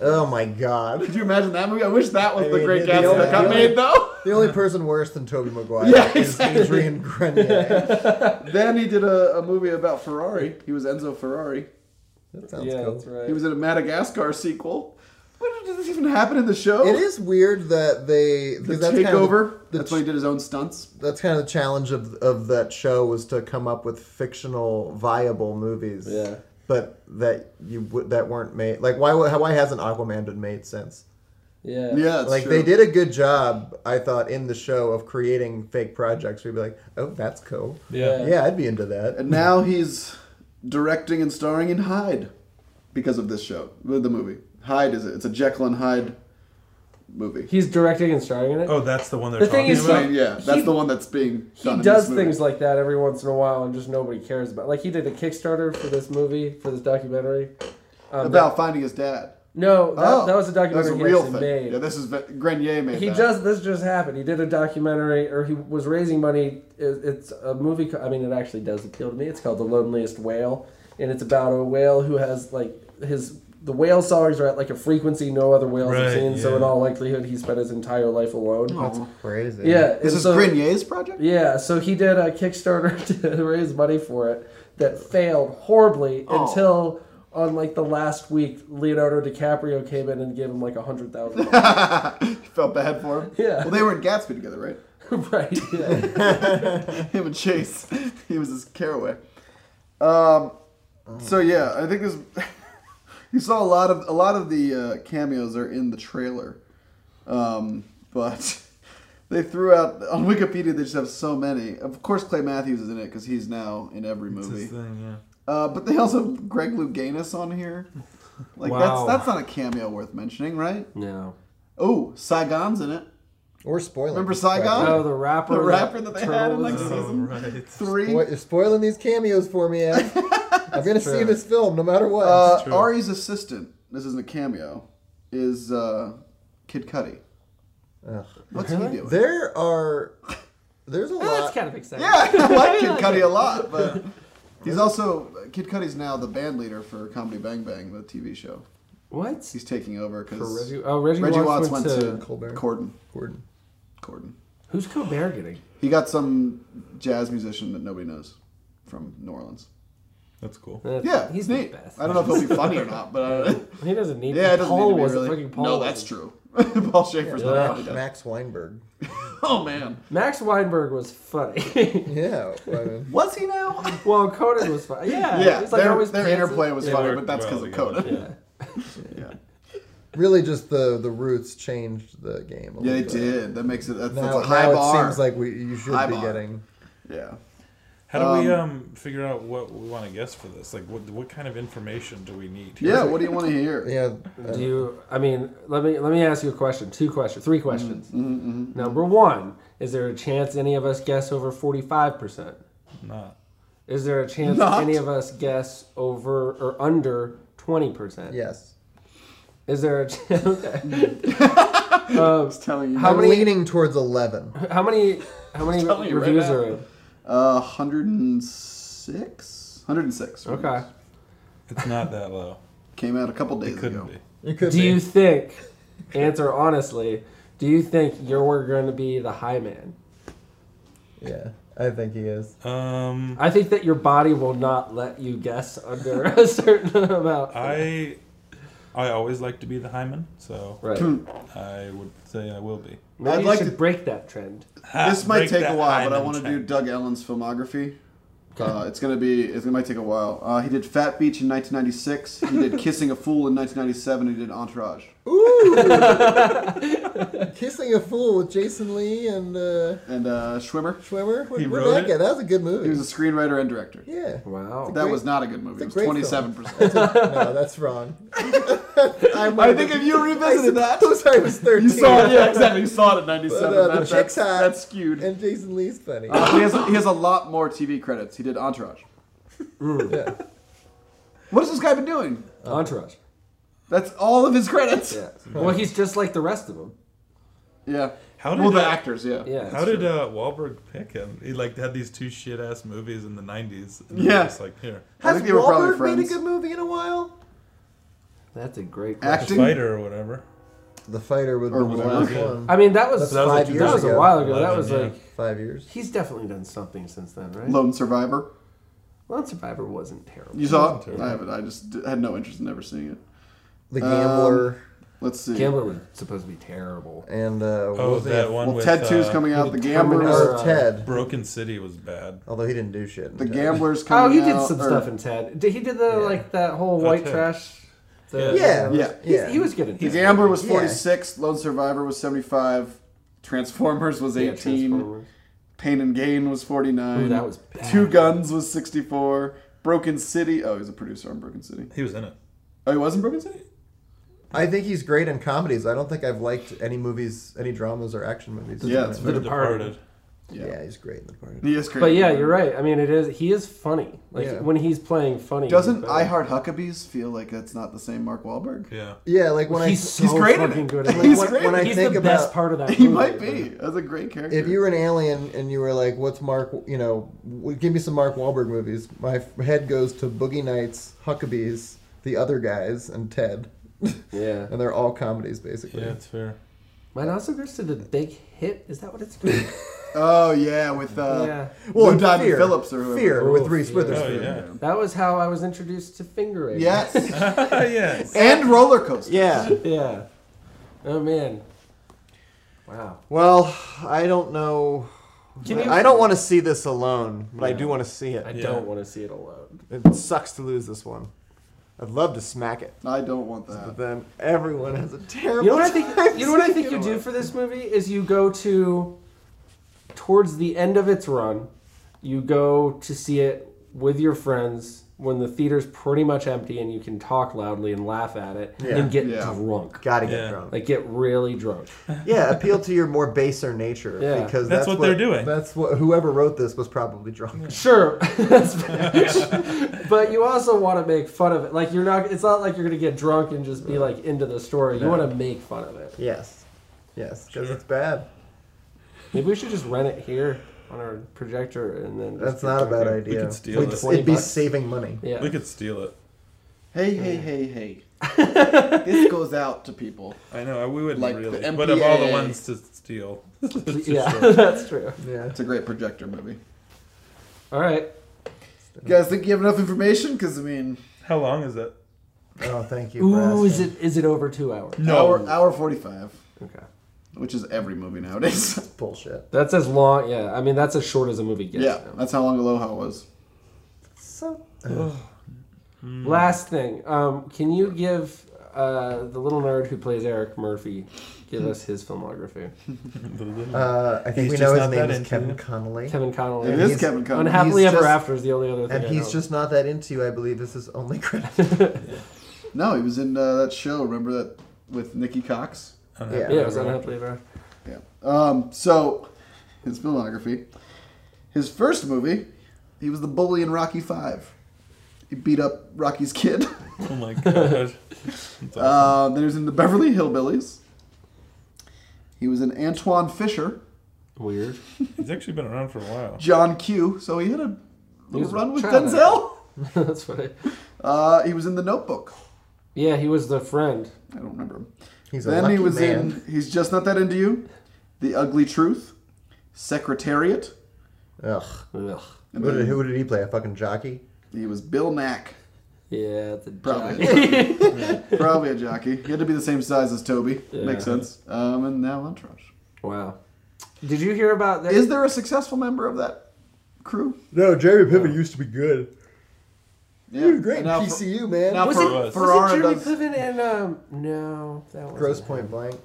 S4: Oh my god.
S1: Could you imagine that movie? I wish that was
S4: I
S1: the
S4: mean,
S1: Great
S4: the
S1: Gatsby
S4: only-
S1: that got
S4: the only-
S1: made, though.
S4: The only person worse than Toby Maguire
S1: Yeah,
S4: is Adrian Grenier.
S1: then he did a, a movie about Ferrari. He was Enzo Ferrari.
S4: That sounds
S3: Yeah,
S4: cool.
S3: that's right.
S1: He was in a Madagascar sequel. What does this even happen in the show?
S4: It is weird that they
S1: The
S4: because that's kind of
S1: takeover.
S4: the-
S1: that's why he did his own stunts.
S4: that's kind of the challenge of of that show was to come up with fictional viable movies.
S3: Yeah.
S4: But that you would that weren't made like why would- why hasn't Aquaman been made since?
S3: yeah.
S1: Yeah, that's
S4: Like
S1: true.
S4: they did a good job, I thought, in the show of creating fake projects. We'd be like, oh, that's cool.
S3: Yeah.
S4: Yeah, I'd be into that.
S1: And now he's directing and starring in Hyde because of this show, the movie. Hyde is it? It's a Jekyll and Hyde movie.
S3: He's directing and starring in it.
S2: Oh, that's the one they're
S3: The thing
S2: talking
S3: is,
S2: about.
S1: I mean, yeah, that's
S3: He-
S1: the one that's being.
S3: he
S1: done in
S3: does
S1: this movie.
S3: things like that every once in a while, and just nobody cares about. Like he did a Kickstarter for this movie, for this documentary. Um,
S1: about finding his dad.
S3: that- no, that, that was a documentary
S1: Oh, That was a
S3: he
S1: real
S3: actually
S1: thing.
S3: made.
S1: Yeah, this is Grenier made.
S3: he
S1: that.
S3: just this just happened. He did a documentary, or he was raising money. It, it's a movie. co- I mean, it actually does appeal to me. It's called The Loneliest Whale, and it's about a whale who has like his the whale songs are at like a frequency no other whales have
S2: Right,
S3: seen. So in
S2: yeah.
S3: all likelihood, he spent his entire life alone.
S4: Crazy.
S3: Yeah,
S1: Oh. This
S3: and
S1: is
S3: so-
S1: Grenier's project.
S3: Yeah, so he did a Kickstarter to raise money for it that failed horribly
S1: Oh.
S3: until on like the last week Leonardo DiCaprio came in and gave him like a hundred thousand.
S1: Felt bad for him.
S3: Yeah.
S1: Well, they were in Gatsby together, right?
S3: right. Yeah.
S1: him and Chase. He was his caraway. Um, so yeah, I think this. you saw a lot of a lot of the uh, cameos are in the trailer, um, but they threw out on Wikipedia. They just have so many. Of course, Clay Matthews is in it because he's now in every
S2: It's his
S1: movie.
S2: thing, yeah.
S1: Uh, but they also have Greg Louganis on here. Like
S3: Wow.
S1: that's that's not a cameo worth mentioning, right?
S3: No.
S1: Oh, Saigon's in it.
S4: Or spoiling.
S1: Remember
S3: Oh,
S1: Saigon?
S3: the rapper.
S1: The rapper that they had in,
S3: turtle
S1: like,
S3: was-
S2: Oh,
S1: Season
S2: right.
S1: Three.
S4: Boy, you're spoiling these cameos for me. Ed. I'm gonna see this film no matter what.
S1: Uh,
S2: true.
S1: Ari's assistant, this isn't a cameo, is uh, Kid Cudi. What's he doing?
S4: there are, there's a
S3: That's
S4: lot.
S3: kind of exciting.
S1: Yeah, I like Kid Cudi a lot, but he's also Kid Cudi's now the band leader for Comedy Bang Bang, the TV show.
S3: What?
S1: He's taking over because
S3: Reggie, oh, Reggie,
S1: Reggie
S3: Watts,
S1: went, to,
S4: Colbert.
S1: Corden.
S4: Gordon.
S1: Corden.
S3: Who's Colbert getting?
S1: He got some jazz musician that nobody knows from New Orleans.
S2: That's cool.
S1: Yeah,
S3: he's
S1: he's
S3: the
S1: neat.
S3: best.
S1: I don't know if he'll be funny or not, but uh,
S3: He doesn't need.
S1: yeah, it doesn't
S3: Paul
S1: need to be
S3: wasn't
S1: really.
S3: freaking Paul.
S1: no,
S3: wasn't.
S1: that's true. Paul Schaefer's
S3: Yeah.
S1: not funny. though.
S4: Max Weinberg.
S1: Oh man,
S3: Max Weinberg was funny.
S4: Yeah. I mean,
S1: was he now?
S3: well, Conan was funny. Yeah.
S1: Yeah,
S3: he's, like,
S1: their,
S3: always
S1: their
S3: pants-
S1: interplay was
S2: They
S1: funny, but
S2: worked
S1: that's because
S2: well
S1: of Coda.
S2: together.
S3: Yeah.
S1: Yeah.
S4: really, just the the roots changed the game. A
S1: yeah,
S4: little
S1: they
S4: bit.
S1: did. That makes it that's,
S4: Now,
S1: that's a high
S4: now
S1: bar.
S4: it seems like we you should
S1: High
S4: be
S1: bar.
S4: getting.
S1: yeah,
S2: How do we um figure out what we want to guess for this? Like, what what kind of information do we need?
S1: yeah. What do you want to hear?
S4: Yeah. uh,
S3: Do you? I mean, let me let me ask you a question. Two questions. Three questions. Number one: Is there a chance any of us guess over forty-five percent?
S2: Not.
S3: Is there a chance
S1: Not.
S3: any of us guess over or under twenty percent?
S4: Yes.
S3: Is there a chance? Okay.
S1: I was telling you,
S3: How
S4: I'm
S3: many-
S4: leaning towards eleven.
S3: How many? How many
S1: telling you right
S3: reviews
S1: now.
S3: are in?
S1: uh, hundred and six. Hundred and six.
S3: Okay.
S2: It's not that low.
S1: Came out a couple days ago.
S2: Couldn't be.
S4: You could
S3: Do
S4: be.
S3: you think? Answer honestly. Do you think you're going to be the high man?
S4: Yeah, I think he is.
S3: Uh,
S2: Um,
S3: I think that your body will not let you guess under a certain amount.
S2: I I always like to be the hymen, so
S3: right.
S1: Hmm.
S2: I would say I will be.
S3: Maybe
S1: I'd
S3: you
S1: like
S3: should
S1: to-
S3: break that trend.
S2: Ha,
S1: this might
S2: Ah, break
S1: take a
S2: that
S1: while, but I
S2: hymen
S1: want to do
S2: chain.
S1: Doug Ellen's filmography. Uh, it's gonna be. It's gonna might take a while. Uh, he did Fat Beach in 1996. He did Kissing a Fool in 1997. He did Entourage.
S4: Kissing a Fool with Jason Lee and uh,
S1: And uh, Schwimmer.
S4: Schwimmer. Where,
S2: He
S4: where'd
S2: wrote
S4: that
S2: it?
S4: get? That was a good movie.
S1: He was a screenwriter and director.
S4: yeah.
S3: Wow.
S1: That was not a good movie. It was
S4: It's a great
S1: 27.
S4: film. That's
S1: percent
S4: a- no, that's wrong. I, might
S1: I
S4: have
S1: think
S4: been-
S1: if you revisited that,
S4: I'm sorry, I was 13.
S1: You saw it, yeah, exactly. You saw it at 97.
S4: But, uh, the
S1: That- that's,
S4: chick's hot.
S1: that's skewed.
S4: And Jason Lee's funny.
S1: he, has, he has a lot more TV credits. He did Entourage.
S4: Yeah.
S1: What has this guy been doing?
S3: Entourage.
S1: That's all of his credits.
S3: Uh, Yeah. Well, he's just like the rest of them.
S1: Yeah.
S2: How did
S1: Well, the
S2: that-
S1: actors, yeah.
S3: Yeah.
S2: How did uh, Wahlberg pick him? He like had these two shit ass movies in the '90s. And
S1: Yeah.
S2: yeah, just like here,
S1: I
S4: Has
S1: think they were probably
S4: Wahlberg made a
S1: friends.
S4: good movie in a while?
S3: That's a great question.
S1: Acting.
S2: fighter or whatever.
S4: The Fighter with
S1: Or
S4: was
S1: whatever.
S4: the first one.
S3: I mean, that was
S4: That was
S3: five
S4: like
S3: years. That was a
S4: 2011,
S3: while ago. That was
S2: yeah.
S3: like
S4: Five years.
S3: he's definitely done something since then, right?
S1: Lone Survivor.
S3: Lone Survivor wasn't terrible.
S1: You saw it? I haven't. I just d- had no interest in ever seeing it.
S4: The
S1: Um,
S4: Gambler
S1: Let's see.
S3: Gambler was supposed to be terrible.
S4: and uh, what
S2: Oh,
S4: was
S2: that
S4: that?
S2: one.
S1: Well,
S2: with,
S1: Ted
S2: uh,
S1: 2's coming out. The Gambler's,
S3: Terminator.
S4: Or Ted,
S2: Broken City was bad.
S4: although he didn't do shit. in
S1: uh, the
S4: Ted.
S1: Gambler's
S3: Oh,
S1: coming
S3: he
S1: out.
S3: did some
S1: or-
S3: stuff in Ted. Did he did the like that whole white
S2: Ted.
S3: trash? The,
S4: Yeah,
S1: Yeah.
S3: He,
S4: yeah.
S3: he was good at
S1: The
S3: that.
S1: Gambler was
S4: Yeah.
S1: 46. Lone Survivor was 75. Transformers was
S3: Yeah,
S1: 18.
S3: Transformers.
S1: Pain and Gain was 49.
S3: Ooh, that was bad.
S1: Two Guns was 64. Broken City. Oh, he's a producer on Broken City.
S2: He was in it.
S1: Oh, he was in Broken City?
S4: I think he's great in comedies. I don't think I've liked any movies, any dramas or action movies.
S1: Yeah, it's
S2: The
S1: very-
S3: Departed.
S2: Departed.
S4: yeah. he's great in the part.
S1: He is crazy.
S3: But yeah, you're right. I mean, it is. He is funny. Like
S4: Yeah.
S3: when he's playing funny.
S1: Doesn't
S3: he's
S1: I
S3: better.
S1: Heart Huckabees feel like that's not the same Mark Wahlberg?
S2: Yeah.
S4: Yeah, like when
S3: He's so
S4: I.
S1: he's great at
S3: fucking
S1: it.
S3: good. At
S1: He's
S3: when,
S1: great
S3: when
S1: at
S3: I
S4: it.
S3: he's
S4: Think
S3: the
S4: about-
S3: best part of that.
S1: He
S3: movie,
S1: might
S3: but-
S1: be. That's a great character.
S4: If you were an alien and you were like, "What's Mark? You know, w- give me some Mark Wahlberg movies." My f- head goes to Boogie Nights, Huckabees, The Other Guys, and Ted,
S3: Yeah.
S4: and they're all comedies basically.
S2: Yeah, it's fair.
S3: Mine also goes to the big hit. Is that what it's called?
S1: Oh yeah, with uh,
S3: yeah.
S1: Lou
S4: and
S1: Diamond
S4: Fear.
S1: Phillips or whoever.
S4: Fear with
S3: Oh,
S4: Reese
S3: Fear.
S2: Oh
S4: Witherspoon.
S2: yeah.
S3: That was how I was introduced to finger rape.
S1: Yes,
S2: yes.
S1: and roller coaster.
S5: Yeah.
S3: Yeah. Oh man. Wow.
S5: Well, I don't know. I don't want to see this alone, but I do want to see
S3: I
S5: it.
S3: don't want to see it alone.
S5: It sucks to lose this one. I'd love to smack it,
S1: I don't want
S5: but
S1: that.
S5: then everyone has a terrible.
S3: You know what I think?
S5: time
S3: You know what I think
S5: seeing
S3: you
S5: it.
S3: do for this movie is you go to towards the end of its run, you go to see it with your friends when the theater's pretty much empty and you can talk loudly and laugh at it and get
S1: Yeah.
S3: drunk.
S5: Gotta get
S2: Yeah.
S5: drunk.
S3: Like get really drunk.
S5: yeah, appeal to your more baser nature
S3: Yeah.
S5: because
S2: That's
S5: that's,
S2: what they're doing.
S4: That's what whoever wrote this was probably drunk.
S3: Sure, that's fair. but you also want to make fun of it. Like you're not. It's not like you're gonna get drunk and just be like into the story. You want to make fun of it.
S4: Yes, yes, because it's bad.
S3: Maybe we should just rent it here on our projector and then. Just
S4: That's
S3: get
S4: not a
S3: drunk
S4: bad
S3: and-
S4: idea.
S2: could steal
S4: We'd-
S2: it.
S4: It'd
S3: 20
S4: be
S3: bucks.
S4: saving money.
S3: Yeah.
S2: We could steal it.
S1: Hey, hey, hey, hey. this goes out to people.
S2: I know. We would
S1: Like
S2: not
S1: the
S2: really. But of all the
S1: MPAA.
S2: ones to steal,
S3: yeah, that's true.
S4: Yeah.
S1: It's a great projector movie.
S3: All right.
S1: You guys think you have enough information? Because I mean,
S2: how long is it?
S4: Oh, thank you. for
S3: Ooh, is
S4: asking.
S3: it is it over two hours?
S1: hour hour forty five,
S3: Okay.
S1: which is every movie nowadays.
S4: bullshit?
S3: That's as long. Yeah, I mean that's as short as a movie gets.
S1: yeah,
S3: now.
S1: that's how long Aloha was.
S4: So uh,
S3: Last thing, um, can you give uh, the little nerd who plays Eric Murphy give us his filmography?
S4: uh, I think
S2: He's
S4: we
S2: just
S4: know his
S2: not
S4: name
S2: that
S4: is
S2: into
S4: Kevin
S2: it.
S4: Connolly,
S3: Kevin Connolly.
S1: It is
S4: he's
S1: Kevin Conroy.
S3: Unhappily
S4: he's
S3: Ever
S4: just-
S3: After is the only other thing.
S4: and
S3: I
S4: he's
S3: know.
S4: just not that into you. I believe this is only credit.
S1: No, he was in uh, that show. Remember that with Nikki Cox.
S4: yeah.
S3: yeah, it was Unhappily Ever After.
S1: Yeah. Um, so, his filmography. His first movie, he was the bully in Rocky Five. He beat up Rocky's kid.
S2: Oh my god. That's awesome.
S1: Uh, then he was in the Beverly Hillbillies. He was in Antoine Fisher,
S3: Weird.
S2: He's actually been around for a while.
S1: John Q. So he had a little
S3: was a
S1: run with
S3: child
S1: Denzel.
S3: That's what I.
S1: Uh, he was in The Notebook.
S3: Yeah, he was the friend.
S1: I don't remember him.
S4: He's a
S1: then he
S4: lucky
S1: was
S4: man.
S1: in He's Just Not That Into You, The Ugly Truth, Secretariat.
S4: Ugh.
S3: Ugh.
S1: And
S4: Who did,
S1: then
S4: who did he play? A fucking jockey?
S1: he was Bill Knack.
S3: Yeah, the
S1: Probably.
S3: jock.
S1: Probably a jockey. He had to be the same size as Toby. Makes sense. Um, and now Entourage.
S3: wow. Did you hear about that?
S1: Is there a successful member of that crew?
S4: No, Jeremy Piven used to be good.
S1: Yeah.
S4: He was great in
S1: Now Fer-
S4: PCU, man.
S1: now
S3: was
S1: Fer-
S3: it, was
S1: Ferrara
S3: it Jeremy
S1: does-
S3: Piven and um? No, that was
S4: Gross Point Blank.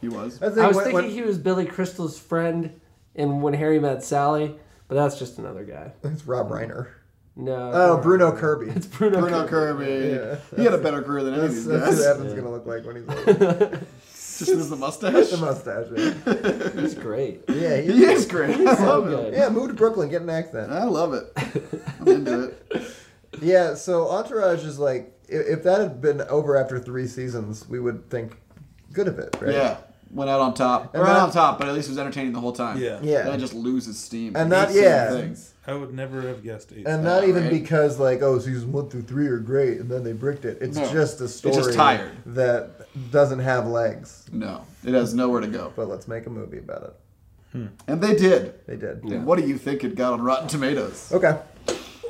S1: He was.
S4: That's the
S3: I was
S4: thing,
S3: thinking
S4: when-
S3: he was Billy Crystal's friend in When Harry Met Sally, but that's just another guy.
S4: when- it's Rob Reiner.
S3: No.
S4: Oh, Bruno Kirby.
S3: It's Bruno.
S1: Bruno Kirby.
S4: Yeah.
S1: he had a better career than any of
S4: That's,
S1: these
S4: that's
S1: guys.
S4: what Evan's gonna look like when he's old.
S1: Just as the mustache.
S4: the mustache. Yeah,
S3: He's great.
S4: yeah, he-
S1: He is great. I love him.
S3: good.
S4: yeah. Move to Brooklyn, get an accent.
S1: I love it. I'm into it.
S4: Yeah, so Entourage is like i- if that had been over after three seasons, we would think good of it, right?
S1: Yeah. Went out on top.
S4: And
S1: Or not
S4: that-
S1: on top, but at least it was entertaining the whole time.
S2: Yeah.
S4: Yeah.
S1: Then it just loses steam.
S4: And
S1: It's
S4: that-
S1: the same
S4: yeah.
S1: things.
S2: I would never have guessed eight. seasons.
S4: And not even
S1: right?
S4: because like oh seasons one through three are great and then they bricked it. It's
S1: No.
S4: just a story
S1: tired.
S4: that doesn't have legs.
S1: No, it has nowhere to go.
S4: But let's make a movie about it.
S1: And they did.
S4: They did.
S1: And What do you think it got on Rotten Tomatoes?
S4: Okay.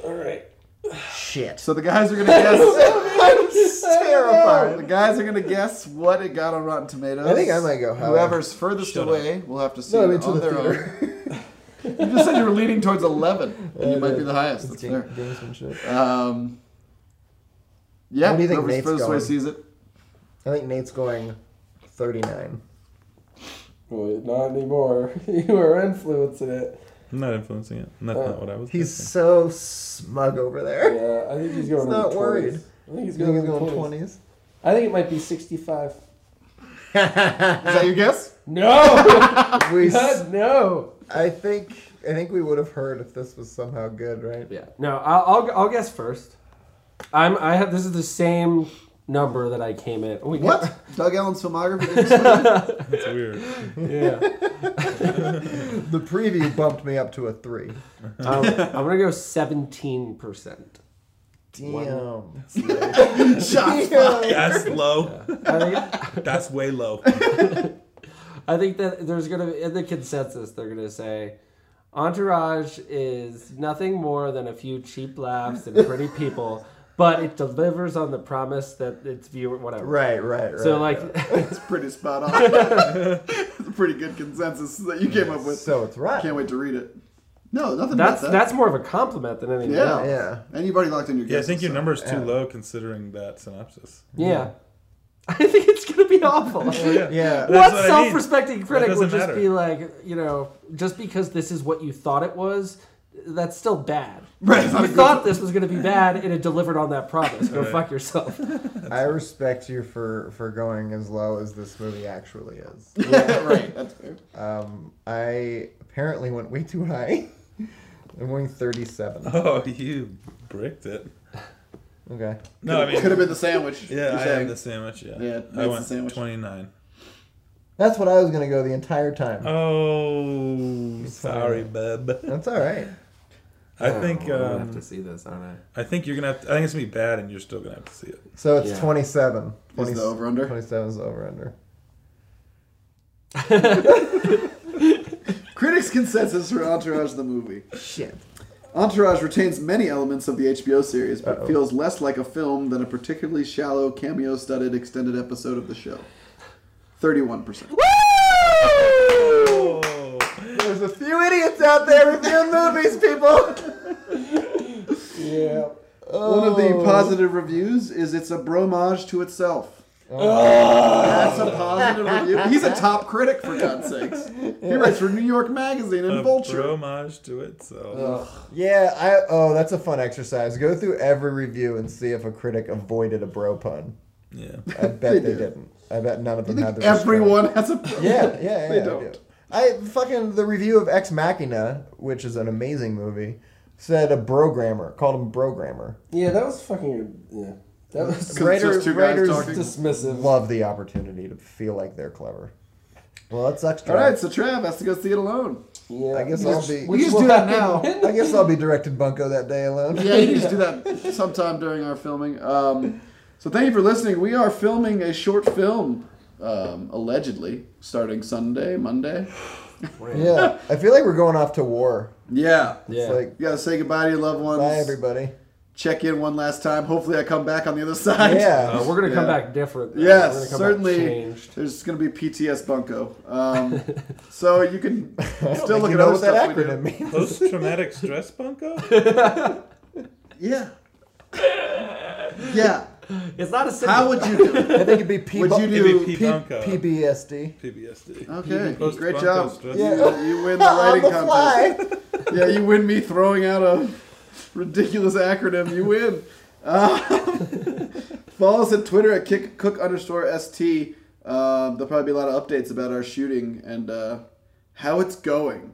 S3: All right.
S4: Shit.
S1: So the guys are gonna guess. the
S4: Terrifying.
S1: guys are gonna guess what it got on Rotten Tomatoes.
S4: I think I might go higher.
S1: Whoever's furthest away will have to see
S4: No, I
S1: it
S4: mean to
S1: on
S4: the
S1: their
S4: theater.
S1: own. You just said you were leaning towards eleven, and
S4: I
S1: you might be
S4: did.
S1: the highest. That's
S4: It's game,
S1: fair.
S4: gamesmanship.
S1: Um, yeah.
S4: What do you think
S1: whoever's
S4: Nate's
S1: furthest away
S4: going?
S1: sees it.
S4: I think Nate's going thirty nine.
S3: Well, not anymore. you are influencing it.
S2: I'm not influencing it. And that's
S1: Uh,
S2: not what I was.
S4: He's
S2: thinking.
S4: so smug over there.
S3: Yeah, I think he's going.
S4: He's not
S3: with the
S4: worried.
S3: 20s. I think he's
S4: You think
S3: going.
S4: he's
S3: with the 20s.
S4: going twenties?
S3: I think it might be sixty-five.
S1: Is that your guess?
S3: No,
S4: We, s-
S3: God, no.
S4: I think, I think we would have heard if this was somehow good, right?
S1: Yeah.
S3: No, I'll, I'll I'll guess first. I'm I have this is the same number that I came in. Oh, we got-
S1: What? Doug Allen's filmography? didn't say?
S2: It's weird.
S3: Yeah.
S4: The preview bumped me up to a three.
S3: Um, I'm gonna go seventeen percent.
S4: Damn.
S1: Shots
S4: Yeah.
S2: That's low.
S3: I think
S2: That's way low.
S3: I think that there's gonna be in the consensus they're gonna say Entourage is nothing more than a few cheap laughs and pretty people, but it delivers on the promise that its viewer whatever.
S4: Right, right, right.
S3: So like
S1: It's pretty spot on. it's a pretty good consensus that you came up with.
S4: so it's right.
S1: Can't wait to read it. No, nothing
S3: that's
S1: about that.
S3: that's more of a compliment than anything
S1: yeah.
S3: else.
S4: Yeah.
S1: And you've already locked in your
S2: Yeah, I
S1: guess.
S2: think your number's too low considering that synopsis.
S3: Yeah. I think it's gonna be awful.
S2: Oh,
S4: Yeah.
S3: what,
S2: That's what I mean.
S3: self-respecting critic
S2: doesn't
S3: would just
S2: matter.
S3: be like, you know, just because this is what you thought it was, that's still bad.
S1: Right, it's not a
S3: You
S1: good-
S3: thought this was going to be bad, and it delivered on that promise. Go fuck yourself.
S4: I respect you for for going as low as this movie actually is.
S1: right. That's fair.
S4: Um, I apparently went way too high. I'm going 37.
S2: Oh, you bricked it.
S4: Okay.
S2: No, I mean,
S1: Could have been the sandwich.
S2: yeah,
S1: you're
S2: I
S1: saying.
S2: had the sandwich. Yeah,
S1: Yeah,
S2: I
S1: that's
S2: went
S1: the sandwich.
S2: 29.
S4: That's what I was gonna go the entire time.
S2: Oh, sorry, bub.
S4: That's all right.
S2: I think
S3: I
S2: um,
S3: see this, aren't I?
S2: I think you're gonna. Have to, I think it's gonna be bad, and you're still gonna have to see it.
S4: So it's
S3: Yeah.
S4: 27.
S1: Is the over-under?
S4: 27 is the over under.
S1: Critics' consensus for Entourage the movie.
S4: Shit.
S1: Entourage retains many elements of the HBO series, but feels less like a film than a particularly shallow, cameo studded extended episode of the show. 31%.
S2: Oh,
S4: There's a few idiots out there reviewing movies, people. yeah.
S1: One of
S4: Oh.
S1: the positive reviews is it's a bromage to itself.
S4: Oh.
S1: That's a positive review. He's a top critic, for God's sakes. He writes for New York Magazine and
S2: a
S1: Vulture.
S2: bromage to it. So
S4: Yeah, I oh, that's a fun exercise. Go through every review and see if a critic avoided a bro pun.
S2: yeah,
S4: I bet they,
S1: They do.
S4: didn't. I bet none of them
S1: I
S4: had
S1: think
S4: the
S1: everyone has a
S4: restraint. Yeah, yeah, yeah.
S1: They
S4: I do.
S1: don't.
S4: I fucking the review of Ex Machina, which is an amazing movie, said a programmer called him programmer.
S3: Yeah, that was fucking. Yeah, that was
S4: Writers,
S1: just two guys
S4: writers
S1: talking.
S3: dismissive.
S4: love the opportunity to feel like they're clever. Well, it sucks.
S1: All right,
S4: Trav.
S1: so Trav has to go see it alone.
S3: Yeah,
S4: I guess I'll be.
S1: We just do that now.
S4: I guess I'll be directing Bunko that day alone.
S1: Yeah, you can just do that sometime during our filming. Um, so thank you for listening. We are filming a short film, um, allegedly, starting Sunday, Monday.
S4: Yeah, I feel like we're going off to war.
S1: Yeah.
S3: Yeah.
S4: It's like,
S1: You gotta say goodbye to your loved ones.
S4: bye everybody.
S1: Check in one last time. Hopefully, I come back on the other side.
S4: Yeah,
S3: Uh, we're gonna come
S1: Yeah.
S3: back different. though.
S1: Yes,
S3: We're gonna come back
S1: certainly.
S3: changed.
S1: There's going to be PTS Bunko. Um, so you can still look
S4: you
S1: at
S4: know
S1: other
S4: what that
S1: stuff we
S4: acronym
S1: do.
S4: means.
S2: post traumatic stress bunko.
S1: Yeah. Yeah.
S3: It's not a simple.
S1: How would you do it?
S4: I think it'd be P-
S1: Would you
S4: P-
S1: do
S2: P-
S4: P-
S2: Bunko.
S4: PBSD.
S2: PBSD.
S1: Okay,
S2: Post
S1: great
S2: bunko
S1: job.
S2: stress-
S4: Yeah.
S1: You, you win the
S4: On
S1: writing
S4: the
S1: contest.
S4: fly.
S1: Yeah, you win me throwing out a ridiculous acronym. You win. Um, follow us at Twitter at kick, cook underscore st. Um, there'll probably be a lot of updates about our shooting and uh, how it's going.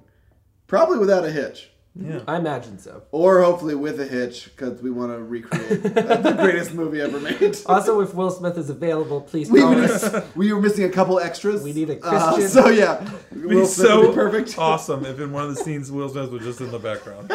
S1: Probably without a hitch.
S2: Yeah.
S3: I imagine so.
S1: Or hopefully with a hitch, because we want to recreate the greatest movie ever made.
S3: Also, if Will Smith is available, please
S1: We,
S3: call
S1: we,
S3: us.
S1: just- we were missing a couple extras.
S3: We need a
S1: Uh,
S3: Christian.
S1: so yeah,
S2: It'd be
S1: Will Smith would
S2: so
S1: be perfect.
S2: awesome if in one of the scenes Will Smith was just in the background.